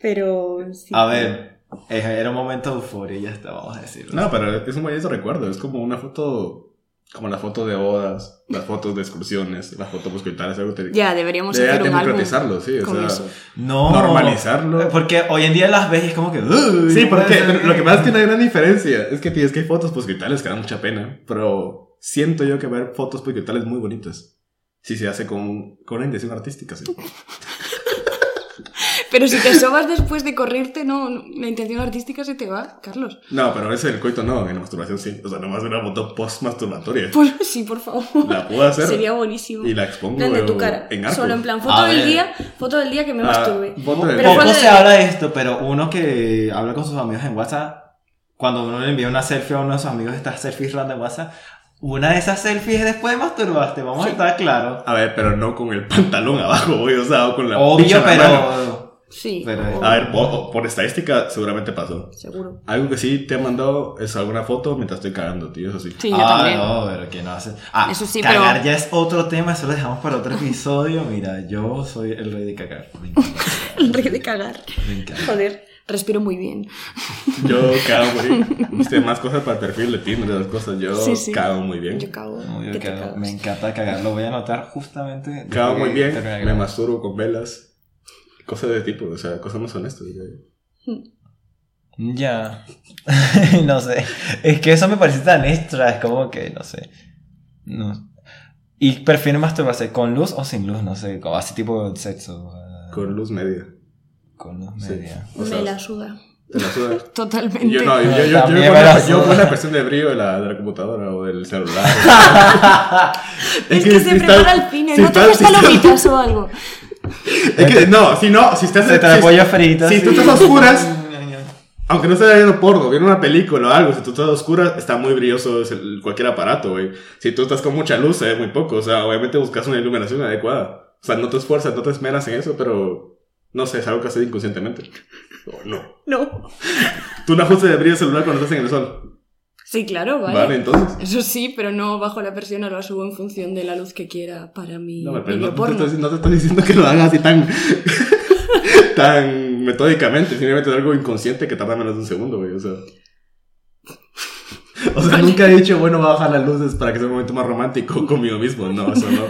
C: Pero sí.
A: A ver, eh, era un momento de euforia, ya está, vamos a decirlo.
B: No, pero es un bonito recuerdo, es como una foto, como las fotos de bodas, las fotos de excursiones, las fotos oscuitales, algo que te...
C: Ya, deberíamos
B: Debería
C: hacer un álbum.
B: democratizarlo, sí, o
C: con
B: sea,
C: eso.
A: No.
B: normalizarlo.
A: Porque hoy en día las ves y es como que. "Uy,
B: Sí,
A: no
B: porque
A: puede ser
B: lo que pasa es que no hay gran diferencia. Es que, tío, es que hay fotos posquitales que dan mucha pena, pero siento yo que va a haber fotos posquitales muy bonitas. Si se hace con, con una intención artística, sí.
C: Pero si te sobas después de correrte, no, no, la intención artística se te va, Carlos.
B: No, pero ese del coito no, en la masturbación sí. O sea, nomás una foto post-masturbatoria.
C: Pues sí, por favor.
B: La puedo hacer
C: Sería buenísimo.
B: y la expongo
C: plan de
B: eh,
C: tu cara.
B: en arco.
C: Solo en plan
A: A
C: foto del
A: ver.
C: día, foto del día que me
B: Ah,
C: masturbe.
B: foto del
C: Pero
B: día.
A: Poco
C: foto
A: se
C: del-
A: habla de esto, pero uno que habla con sus amigos en WhatsApp, cuando uno le envía una selfie a uno de sus amigos, estas selfies random en WhatsApp, una de esas selfies es después de masturbarte, vamos a estar claros.
B: A ver, pero no con el pantalón abajo, güey, o sea, o con la pincha
A: Obvio,
B: en la mano.
A: pero.
C: Sí.
A: Pero-
C: o-
B: A ver, po- oh, por estadística seguramente pasó.
C: Seguro.
B: Algo que sí te han mandado es alguna foto mientras estoy cagando, tío, eso sí.
C: Sí, yo
A: ah,
C: también.
A: no, pero que no hace. Ah,
C: Eso sí,
A: cagar
C: pero-
A: ya es otro tema, eso lo dejamos para otro episodio. Mira, yo soy el rey de cagar. Me encanta.
C: El rey de cagar.
A: Me encanta.
C: Joder, respiro muy bien.
B: Yo cago, güey. Viste más cosas para el perfil de Tinder, esas cosas. Yo
C: Sí, sí.
B: cago muy bien.
C: Yo cago.
A: Muy
C: que te
A: bien,
C: cagas.
A: me encanta cagar, lo voy a anotar justamente. después
B: Cago
A: que
B: muy bien,
A: termine de
B: me
A: grabar.
B: masturbo con velas. Cosas de tipo, o sea, cosas más honestas. güey.
A: Ya. no sé. Es que eso me parece tan extra, es como que, no sé. No. Y prefiero masturbarse con luz o sin luz, no sé, como así tipo de sexo. eh,
B: Con luz media.
A: con luz
B: Sí.
A: media.
B: O
C: Me
B: sea,
C: la suda.
B: Te la sudas.
C: Totalmente.
B: Yo no, yo, yo, yo,
A: También
B: yo
A: me la
B: con, yo con
A: suda.
B: la cuestión de brillo de la, de la computadora o del celular.
C: es que se
B: si
C: prepara
B: estás-
C: al cine,
B: si
C: no te
B: estás-
C: ves
B: si estás-
C: palomitas o algo.
B: Es que, no, si no, si estás...
A: Se trae
B: si-
A: pollo frito.
B: Si tú
A: sí.
B: estás a oscuras, aunque no estés viendo porno, viendo una película o algo, si tú estás a oscuras, está muy brilloso es el- cualquier aparato, güey. Si tú estás con mucha luz, se ve muy poco. O sea, obviamente buscas una iluminación adecuada. O sea, no te esfuerzas, no te esmeras en eso, pero... No sé, es algo que haces inconscientemente. O no.
C: No.
B: Tú no ajustes el brillo del celular cuando estás en el sol.
C: Sí, claro,
B: Vale,
C: vale.
B: entonces...
C: Eso sí, pero no bajo la persiana, lo subo en función de la luz que quiera para mi
B: No, pero
C: vídeo
B: no, no te
C: porno.
B: estoy, no te estoy diciendo que lo hagas así tan... tan metódicamente. Simplemente es algo inconsciente que tarda menos de un segundo, güey. O sea... O sea, nunca he dicho, bueno, voy a bajar las luces para que sea un momento más romántico conmigo mismo. No, eso no.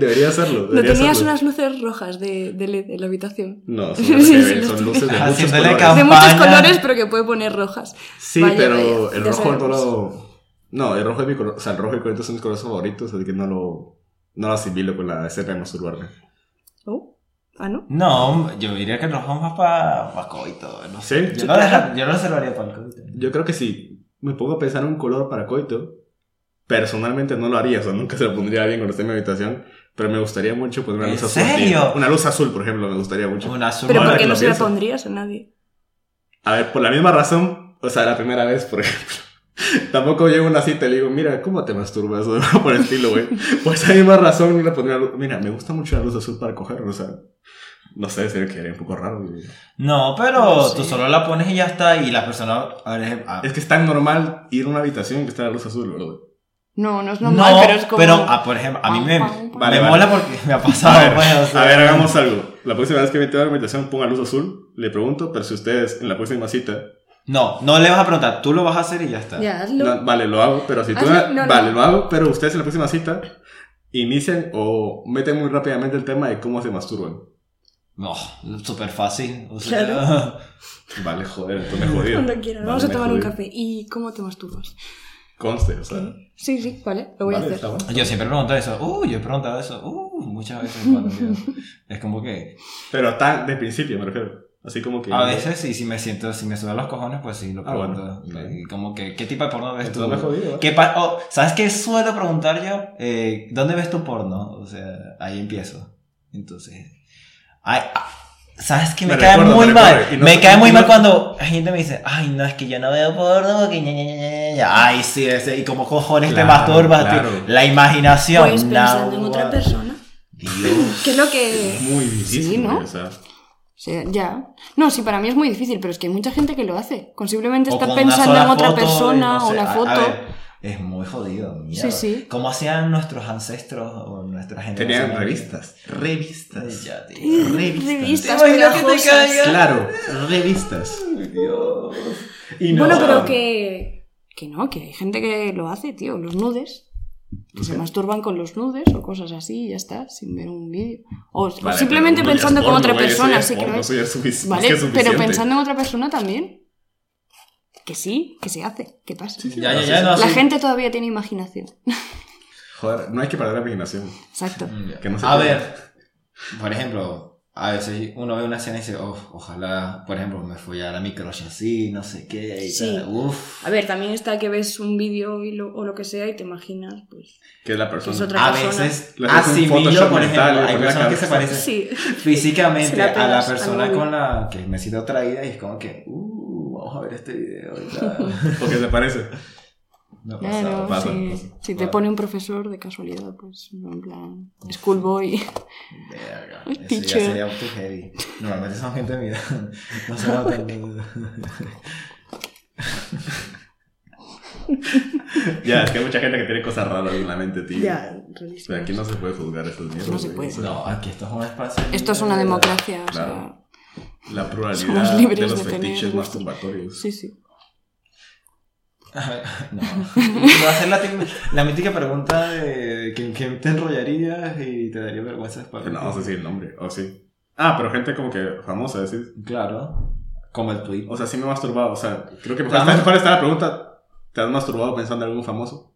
B: Debería hacerlo.
C: No
B: Debería
C: tenías
B: hacerlo.
C: unas luces rojas de, de LED en la habitación.
B: No,
C: Sí,
B: son,
C: sí,
B: son
C: los
B: luces de
A: tenía.
B: muchos
A: Haciéndole
B: colores.
A: cam-
C: De muchos
A: Campaña.
C: colores, pero que puede poner rojas.
B: Sí,
C: Vaya,
B: pero
C: vaya,
B: el
C: ya
B: rojo no
C: sabemos.
B: lo... No, el rojo es mi color... O sea, el rojo y el corito son mis colores favoritos, así que no lo... No lo asimilo con la escena de masturbarme.
C: Oh, Ah, ¿no?
A: No, yo diría que el rojo es más para pa coito. No sé.
B: ¿Sí?
A: Yo, lo deja- yo lo reservaría para el coito.
B: Yo creo que si me pongo a pensar en un color para coito, personalmente no lo haría, o sea, nunca se lo pondría a alguien cuando esté en mi habitación, pero me gustaría mucho poner una
A: ¿En
B: luz azul.
A: serio?
B: tío. Una luz azul, por ejemplo, me gustaría mucho.
A: Una azul.
C: Pero
B: ahora
C: ¿por
B: que
C: qué no
B: lo
C: se la
B: pienso.
C: pondrías a nadie?
B: A ver, por la misma razón, o sea, la primera vez, por ejemplo. Tampoco llego a una cita y le digo, mira, ¿cómo te masturbas? O algo por el estilo, güey. Por esa misma razón, no le pondría la luz- Mira, me gusta mucho la luz azul para coger, o sea, no sé, sería que era un poco raro. güey.
A: No, pero
C: No sé.
A: tú solo la pones y ya está. Y las personas. a ver, a-
B: Es que es tan normal ir a una habitación que está la luz azul, ¿verdad?
C: No, no es
A: No,
C: normal, pero es como...
A: ah, por ejemplo, a mí me,
C: Vale,
A: me
B: vale.
A: mola porque me ha pasado.
B: A ver,
A: pues, o sea,
B: a ver, hagamos algo. La próxima vez que me tenga una invitación, ponga luz azul. Le pregunto, pero si ustedes en la próxima cita.
A: No, no le vas a preguntar, tú lo vas a hacer y ya está.
C: Ya, hazlo.
B: no, vale, lo hago, pero si tú.
C: Hazlo, Ah, no, no.
B: vale, lo hago, pero ustedes en la próxima cita inician o meten muy rápidamente el tema de cómo se masturban.
A: No, súper fácil. o sea,
C: Claro.
B: Vale, joder, entonces me jodido.
C: Cuando quieras, vamos a tomar un café. ¿Y cómo te masturbas?
B: Conste, o sea.
C: Sí, sí, vale, lo voy
B: vale,
C: a
B: está
C: hacer.
B: bueno.
A: yo siempre pregunto eso. Uh, yo he preguntado eso. Uh, muchas veces. cuando yo- es como que
B: Pero tan de principio, me refiero. Así como que.
A: a veces sí, si me siento, si me sudan los cojones, pues sí, lo
B: Ah, bueno.
A: pregunto. Y Como que, ¿qué tipo de porno ves tú?
B: Entonces me jodido. ¿eh?
A: ¿Qué pa- oh, ¿Sabes qué suelo preguntar yo? Eh, ¿Dónde ves tu porno? O sea, ahí empiezo. Entonces, ay, ah, ¿sabes qué? Me,
B: Me
A: cae
B: recuerdo,
A: muy
B: me
A: mal.
B: recuerdo. Y no
A: me
B: sé-
A: cae muy
B: y no
A: mal
B: sé-
A: cuando la gente me dice, ay, no, es que yo no veo porno, porque ña, ña, ña, ña, ña, ña". Ay, sí, ese, y como cojones
B: Claro,
A: te masturbas, tío.
B: claro.
A: La imaginación.
C: Pues pensando en
A: nah,
C: otra
A: guau.
C: persona.
A: Dios.
C: ¿Qué es lo que...?
B: Muy difícil.
C: Eh, Sí, ¿no?
B: güey, O sea,
C: O sea, ya. No, sí, para mí es muy difícil, pero es que hay mucha gente que lo hace. Con simplemente
A: O
C: estar
A: con una
C: pensando
A: sola
C: en otra
A: foto,
C: persona
A: no sé,
C: o una
A: a- a
C: foto.
A: ver, es muy jodido. mierda.
C: sí.
A: ¿Cómo hacían nuestros ancestros o nuestra generación?
B: tenían revistas. Revistas.
A: Ya, tío.
B: Revistas.
C: Revistas
A: Te imagino que te
C: pegajosas.
A: caiga.
B: Claro, revistas.
A: Dios.
B: Y
C: Bueno, pero
B: Ah.
C: que... Que no, que hay gente que lo hace, tío. Los nudes. Que se
B: Ok.
C: masturban con los nudes o cosas así y ya está, sin ver un vídeo. O, o
B: Vale,
C: simplemente
B: pero no ya
C: pensando
B: es
C: con
B: porno,
C: otra
B: güey, eso
C: persona,
B: ya es
C: sí que
B: porno,
C: no es-
B: eso ya es sufic- más
C: Vale,
B: que suficiente.
C: pero pensando en otra persona también. Que sí, que se hace, que pasa.
B: Sí, sí.
A: Ya, ya, ya, no,
C: La
A: sí.
C: gente todavía tiene imaginación.
B: Joder, no hay que perder la imaginación.
C: Exacto.
B: Que no se
A: a
B: pierda.
A: ver, por ejemplo, a veces uno ve una escena y dice, "Oh, ojalá, por ejemplo, me fui a la microcha así, no sé qué, y
C: Sí.
A: tal". Uf.
C: A ver, también está que ves un vídeo y lo- o lo que sea y te imaginas, pues.
B: Que es la persona.
C: Que es otra-
A: A
C: persona.
A: veces
B: Le haces un
A: asimilo,
B: Photoshop
A: por
B: mental,
A: ejemplo,
B: le
A: hay
B: pones
A: personas
B: la
A: que se
B: cabeza.
A: parecen
C: Sí. Se
A: físicamente
C: la
A: a la
C: pegas al
A: persona
C: móvil.
A: con la que me siento atraída y es como que, uh, vamos a ver este video y tal.
B: Porque se parece.
A: Me ha
C: Claro,
A: pasado, pasa,
C: sí.
A: pasa.
C: Si te
A: Vale.
C: pone un profesor de casualidad, pues no, en plan. Schoolboy.
A: Verga,
C: Ay,
A: eso ya
C: teacher.
A: sería auto heavy. Normalmente son gente de mi edad. No se nota.
B: Ya, es que hay mucha gente que tiene cosas raras en la mente, tío.
C: realísimo.
B: Pero aquí no se puede juzgar esas mierdas.
C: No se
B: güey.
C: puede.
B: O sea,
A: No, aquí esto es un espacio.
C: Esto es una
A: libre.
C: democracia, o
B: Claro.
C: sea.
B: La pluralidad
C: Somos
B: de
C: libres
B: los
C: de tener
B: fetiches
C: gustos.
B: masturbatorios.
C: Sí, sí.
A: No. Me va a hacer la, tim- la mítica pregunta de que, que te enrollarías y te daría vergüenza
B: Pero
A: espalda.
B: No, no sé si el nombre. O sí. Ah, pero gente como que famosa, decís.
A: Claro. Como el tweet.
B: O sea, sí me he masturbado. O sea, creo que
A: Te
B: mejor,
A: has-
B: mejor está la pregunta. ¿Te has masturbado pensando en algún famoso?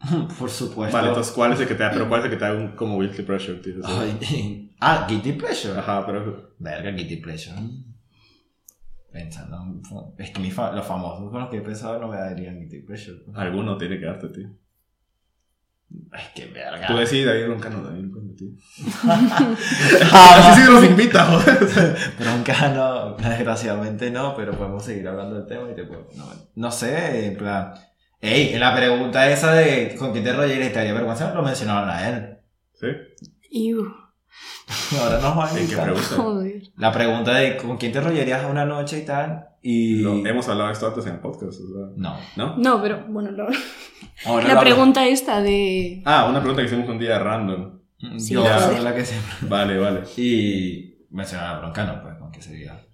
A: Por
C: Pues
A: supuesto.
B: Vale, entonces, ¿cuál es el que te da? Pero ¿cuál es el que te da un, como guilty pressure, tío? O sea,
A: Ay, ah, Guilty Pleasure.
B: Ajá, pero...
A: Verga, Guilty Pleasure. Pensando, es que mis fa- los famosos con los que he pensado no me darían guilty pleasure.
B: Alguno tiene que darte, tío.
A: Es que verga.
B: Tú decís, David Broncano, David Broncano, tío.
A: Jamás.
B: Así sí nos invita, joder.
A: Bronca no, desgraciadamente no, pero podemos seguir hablando del tema y te puedo... No, no sé, en plan... Ey, en la pregunta esa de con quién te rollerías te haría vergüenza, lo mencionaron a él.
B: ¿Sí?
C: Iu,
A: Ahora nos van a
B: ¿En qué
A: invitar.
B: pregunta?
C: uh, joder.
A: La pregunta de con quién te rollerías una noche y tal, y...
B: Lo- eh, hemos hablado de esto antes en el podcast, o sea,
A: No.
B: ¿no?
C: No, pero bueno, lo-
A: Ahora lo hablo.
C: la pregunta esta de...
B: Ah, una pregunta que hicimos un día random.
C: Sí,
A: Mm, Yo,
B: joder.
A: soy la que siempre...
B: Vale, vale.
A: Y mencionaron a Broncano, pues, con qué sería...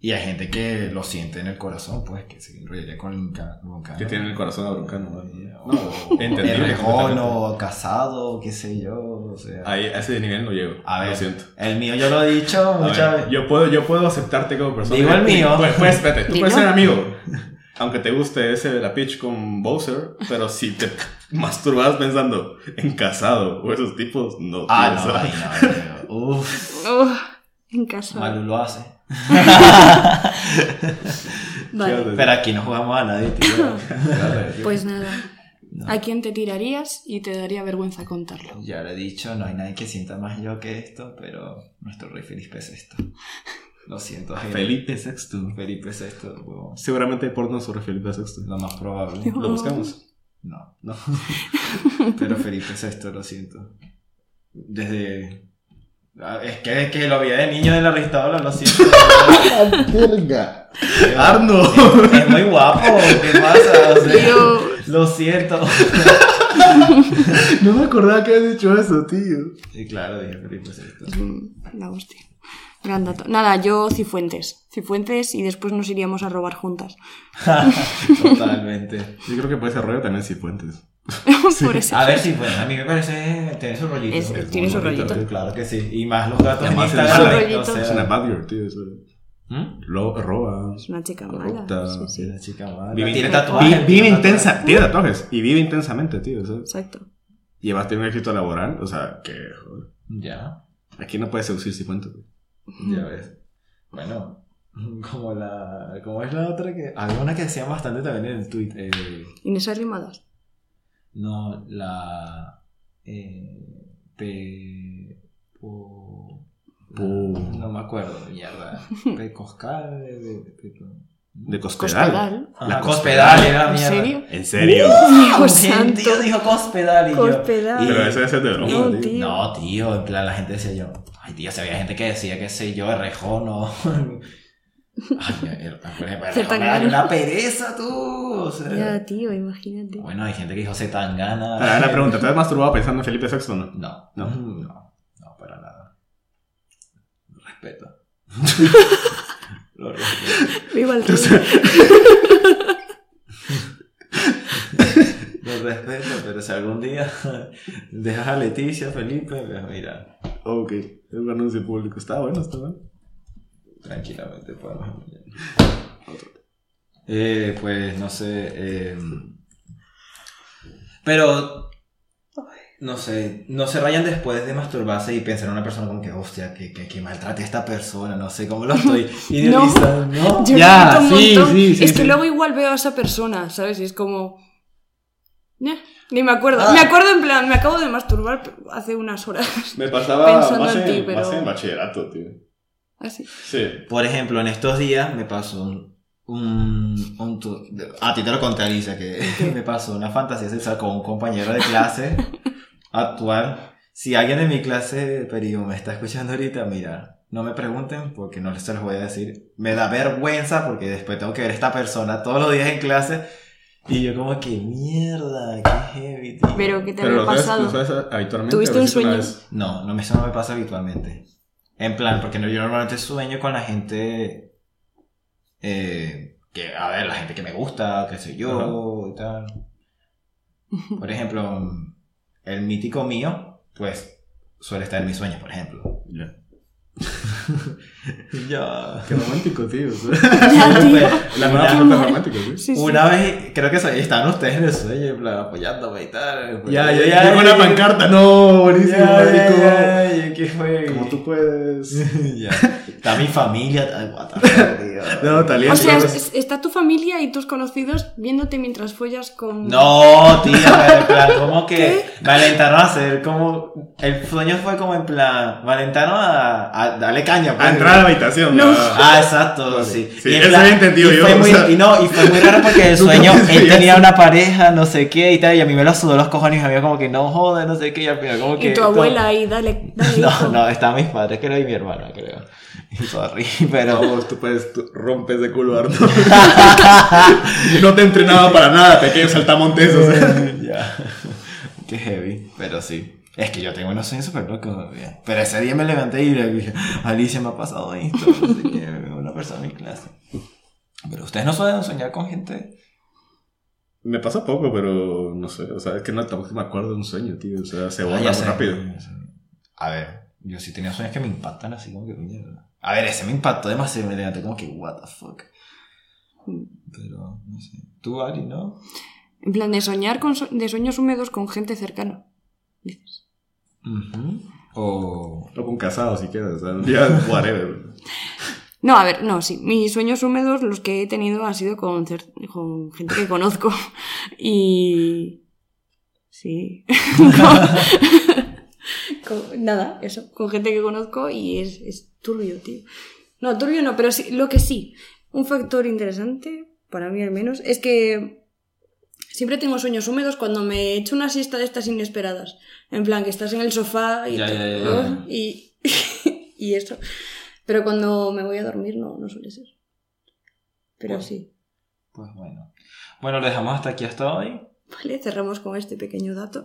A: Y hay gente que lo siente en el corazón, pues, que se enrollaría con Bronca- Broncano.
B: Que tiene el corazón a Broncano, vale.
A: No,
B: Entendible
A: Errejón o casado, qué sé yo. O sea,
B: Ahí, a ese nivel no llego.
A: A ver.
B: Lo siento.
A: el mío yo lo he dicho
B: A
A: muchas
B: ver,
A: veces.
B: yo, puedo, yo puedo aceptarte como persona.
A: Digo el mío.
B: Pues, pues espérate, tú
C: Dilo.
B: puedes ser amigo. Aunque te guste ese de la pitch con Bowser, pero si te masturbas pensando en casado o esos tipos, no.
A: Ah,
B: tío, o
A: no,
B: sea,
A: ahí no, ahí no. Uf,
C: Uf, uh, en casa.
A: Malu lo hace.
B: ¿qué
C: Vale,
B: haces?
A: Pero aquí no jugamos a nadie, tío.
C: pues nada.
A: No.
C: ¿A quién te tirarías y te daría vergüenza contarlo?
A: Ya lo he dicho, no hay nadie que sienta más yo que esto, pero nuestro rey Felipe es esto. Lo siento, gente.
B: Felipe Sexto.
A: Felipe es esto, huevón.
B: Seguramente hay porno sobre Felipe Sexto.
A: Lo más probable.
B: Lo buscamos.
A: No,
B: No.
A: pero Felipe es esto, lo siento. Desde. Ah, Es que, es que lo vi de niño de la restauradora, lo siento.
B: ¡Arno!
A: Es muy guapo, ¿qué pasa? O sea,
C: Yo...
A: lo siento.
B: No me acordaba que habías dicho eso, tío.
A: Y claro, dije, Felipe es esto.
C: Mm, La hostia. Gran dato. Nada, yo Cifuentes. Cifuentes y después nos iríamos a robar juntas.
A: Totalmente.
B: Yo creo que puede ser rollo también si puentes.
C: Por eso.
B: Ah,
A: A ver si, pues, a mí me parece tener su rollito.
C: Es-
A: Es
C: tiene
A: muy
C: su
A: bonito,
C: rollito.
A: sí, Claro que sí. Y más los gatos en
B: Además, es
A: Instagram.
B: una-
A: o
C: Es
A: sea,
B: Es una bad girl, tío. eso.
A: ¿Mm?
B: Lo, roba.
C: Es una chica mala.
B: Corrupta.
C: sí,
A: Sí,
C: sí.
A: la chica mala.
B: Vive,
A: Tiene
B: inten-
A: tatuajes.
B: vi- vive
A: tiene tatuajes.
B: intensa, tiene tatuajes y vive intensamente, tío. o sea,
C: Exacto.
B: Y además tiene un éxito laboral, o sea, que joder,
A: Ya,
B: aquí no puede seducir si cuento.
A: ya ves. Bueno, como la. ¿Cómo es la otra que.? Había una que decían bastante también en el tweet. Eh,
C: Inés Arrimadas.
A: No, la. Eh, pe. Po,
B: Po-
A: No me acuerdo, mierda. Pecoscal. De, de,
B: De cospedal.
C: Cospedal. Uh,
B: La
A: cospedal era
C: ¿En
A: mierda.
C: serio?
B: ¿En Ah, serio?
A: ¡Wow!
C: Dios
A: Gente,
C: santo.
A: tío dijo cospedal y yo-
C: Cospedal.
A: y-
B: Pero ese ese es de broma,
C: No,
B: tío.
C: tío.
A: No, tío, en plan la gente decía yo. Ay, tío, si había gente que decía, qué sé yo, Errejón o. Ay, er- por ejemplo, Errejón me daría una pereza, tú. o sea.
C: Ya, tío, imagínate.
A: Bueno, hay gente que dijo se tan
B: Ahora Ah, la pregunta, ¿te has masturbado pensando en Felipe Sexto o no?
A: No,
B: No.
A: no, no, no, para nada. Respeto. Lo respeto.
C: Viva el rey.
A: Lo respeto, pero si algún día dejas a Leticia, Felipe, pues mira,
B: Ok, es un anuncio público. Está bueno, está bueno.
A: tranquilamente podemos. Eh, pues no sé. eh, pero. No sé, no se rayan después de masturbarse y pensar en una persona como que, hostia, que, que, que maltrate a esta persona, no sé cómo lo estoy idealizando, ¿no?
C: Yo
B: Ya,
C: me meto un
B: sí,
C: montón.
B: sí, sí,
C: Es que
B: sí.
C: luego igual veo a esa persona, ¿sabes? Y es como. "Nah, ni me acuerdo.
A: Ah.
C: Me acuerdo en plan, me acabo de masturbar hace unas horas.
B: Me pasaba
C: Pensando
B: más,
C: en
B: en,
C: ti, pero-
B: más en bachillerato, tío.
C: Así.
B: Sí.
A: Por ejemplo, en estos días me pasó un. un, un tu- a ti te lo conté, Alicia, que me pasó una fantasía sexual con un compañero de clase actual. Si alguien de mi clase de periodismo me está escuchando ahorita, mira, no me pregunten porque no se los voy a decir. Me da vergüenza porque después tengo que ver a esta persona todos los días en clase. Y yo como que mierda, qué heavy, tío".
C: Pero, ¿qué te
B: Pero
C: había
B: lo sabes, lo
C: pasado?
B: sabes habitualmente.
C: ¿Tuviste
B: o
C: un
B: es una
C: sueño?
B: vez?
A: No, no, eso no me pasa habitualmente. En plan, porque no- yo normalmente sueño con la gente. eh, que, a ver, la gente que me gusta, que soy yo y tal. Por ejemplo, el mítico mío, pues suele estar en mis sueños, por ejemplo.
B: Ya.
A: Yo.
B: Qué romántico, tío.
C: Ya, tío.
A: Una-
B: La verdad, súper romántico, tío.
C: Sí, sí.
A: Una vez, creo que so- estaban ustedes en el sueño, en plan, apoyándome y tal. Pues,
B: Ya, ya, ya. Llegó una pancarta. No, buenísimo, marico.
A: ¿Qué fue?
B: Como tú puedes.
A: ya. Está mi familia. Ay, what the fuck, tío.
B: No, Talía.
C: O sea,
B: claro,
A: pues.
C: es- es- está tu familia y tus conocidos viéndote mientras follas con.
A: No, tío, pero en plan, como que me alentaron a hacer como. El sueño fue como en plan, me alentaron a, a darle caña. pues.
B: A entrar a la habitación.
C: No.
B: ah.
A: Ah, exacto,
B: Vale.
A: sí.
B: Sí,
A: en
B: eso he entendido
A: y
B: yo,
A: Fue
B: o
A: muy,
B: sea.
A: y no, y fue muy raro porque el sueño,
B: Nunca pensé
A: él
B: yo
A: tenía
B: así.
A: una pareja, no sé qué y tal, y a mí me lo sudó los cojones y mi amigo como que no joda, no sé qué, y al final como que...
C: Y tu
A: todo-
C: abuela ahí, dale. dale hijo.
A: No, no, estaban mis padres, creo, y mi hermana, creo. Sorry, pero...
B: Vamos, tú puedes, tú rompes de culo, Arno. no te entrenaba para nada, pequeño saltamontes. o sea.
A: ya. Qué heavy, pero sí. Es que yo tengo unos sueños súper locos. todavía. Pero ese día me levanté y le dije, Alicia, me ha pasado esto. no sé qué, una persona en clase. Pero ustedes no suelen soñar con gente...
B: Me pasa poco, pero no sé. O sea, es que no tampoco me acuerdo de un sueño, tío. O sea, se
A: Ah,
B: borra
A: ya
B: muy
A: sé.
B: rápido.
A: A ver, yo sí tenía sueños que me impactan así como que mierda. A ver, ese me impactó demasiado, me levanté como que what the fuck. Pero, no sé. Tú, Ari, ¿no?
C: En plan, de soñar con so- de sueños húmedos con gente cercana. Dices.
A: Ujú. O...
B: O con casado, si quieres. O sea, ya, whatever.
C: No, a ver, no, sí. Mis sueños húmedos, los que he tenido, han sido con, cer- con gente que conozco. Y. Sí. Con- con- nada, eso. Con gente que conozco y es, es turbio, tío. No, turbio no, pero sí, lo que sí. Un factor interesante, para mí al menos, es que siempre tengo sueños húmedos cuando me echo una siesta de estas inesperadas. En plan, que estás en el sofá y,
A: Ya,
C: te-
A: ya, ya, ya.
C: y, y eso. Pero cuando me voy a dormir no, no suele ser. Pero
A: Bueno.
C: sí.
A: Pues bueno. Bueno, lo dejamos hasta aquí hasta hoy.
C: Vale, cerramos con este pequeño dato.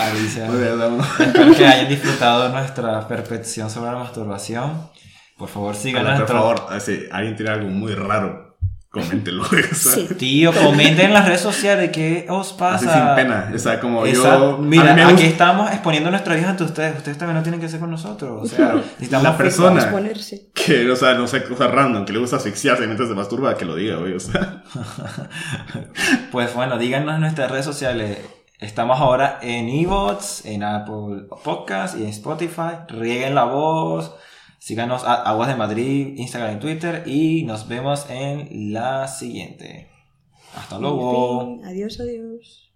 A: Alicia.
B: Muy bien, vamos.
A: Espero que hayan disfrutado nuestra perfección sobre la masturbación. Por favor, sigan
B: Por
A: nuestro...
B: favor, ah, si alguien tiene algo muy raro, coméntelo. o sea,
C: Sí.
A: Tío, comenten en las redes sociales qué os
B: Así
A: pasa.
B: sin pena. O sea, como
A: Exacto.
B: yo.
A: Mira,
B: a mí me
A: aquí
B: gusta-
A: estamos exponiendo nuestra vida ante ustedes. Ustedes también lo tienen que hacer con nosotros. O sea,
B: Claro,
A: necesitamos
B: la
A: feedback.
C: Pues
B: persona.
C: Exponerse.
B: Que, o sea, no sé, cosa random, que le gusta asfixiarse mientras se masturba, que lo diga, güey. O sea,
A: Pues bueno, díganos en nuestras redes sociales. Estamos ahora en Evox, en Apple Podcast y en Spotify. Rieguen la voz. Síganos a Aguas de Madrid, Instagram y Twitter. Y nos vemos en la siguiente. Hasta luego.
C: En fin, Adiós, adiós.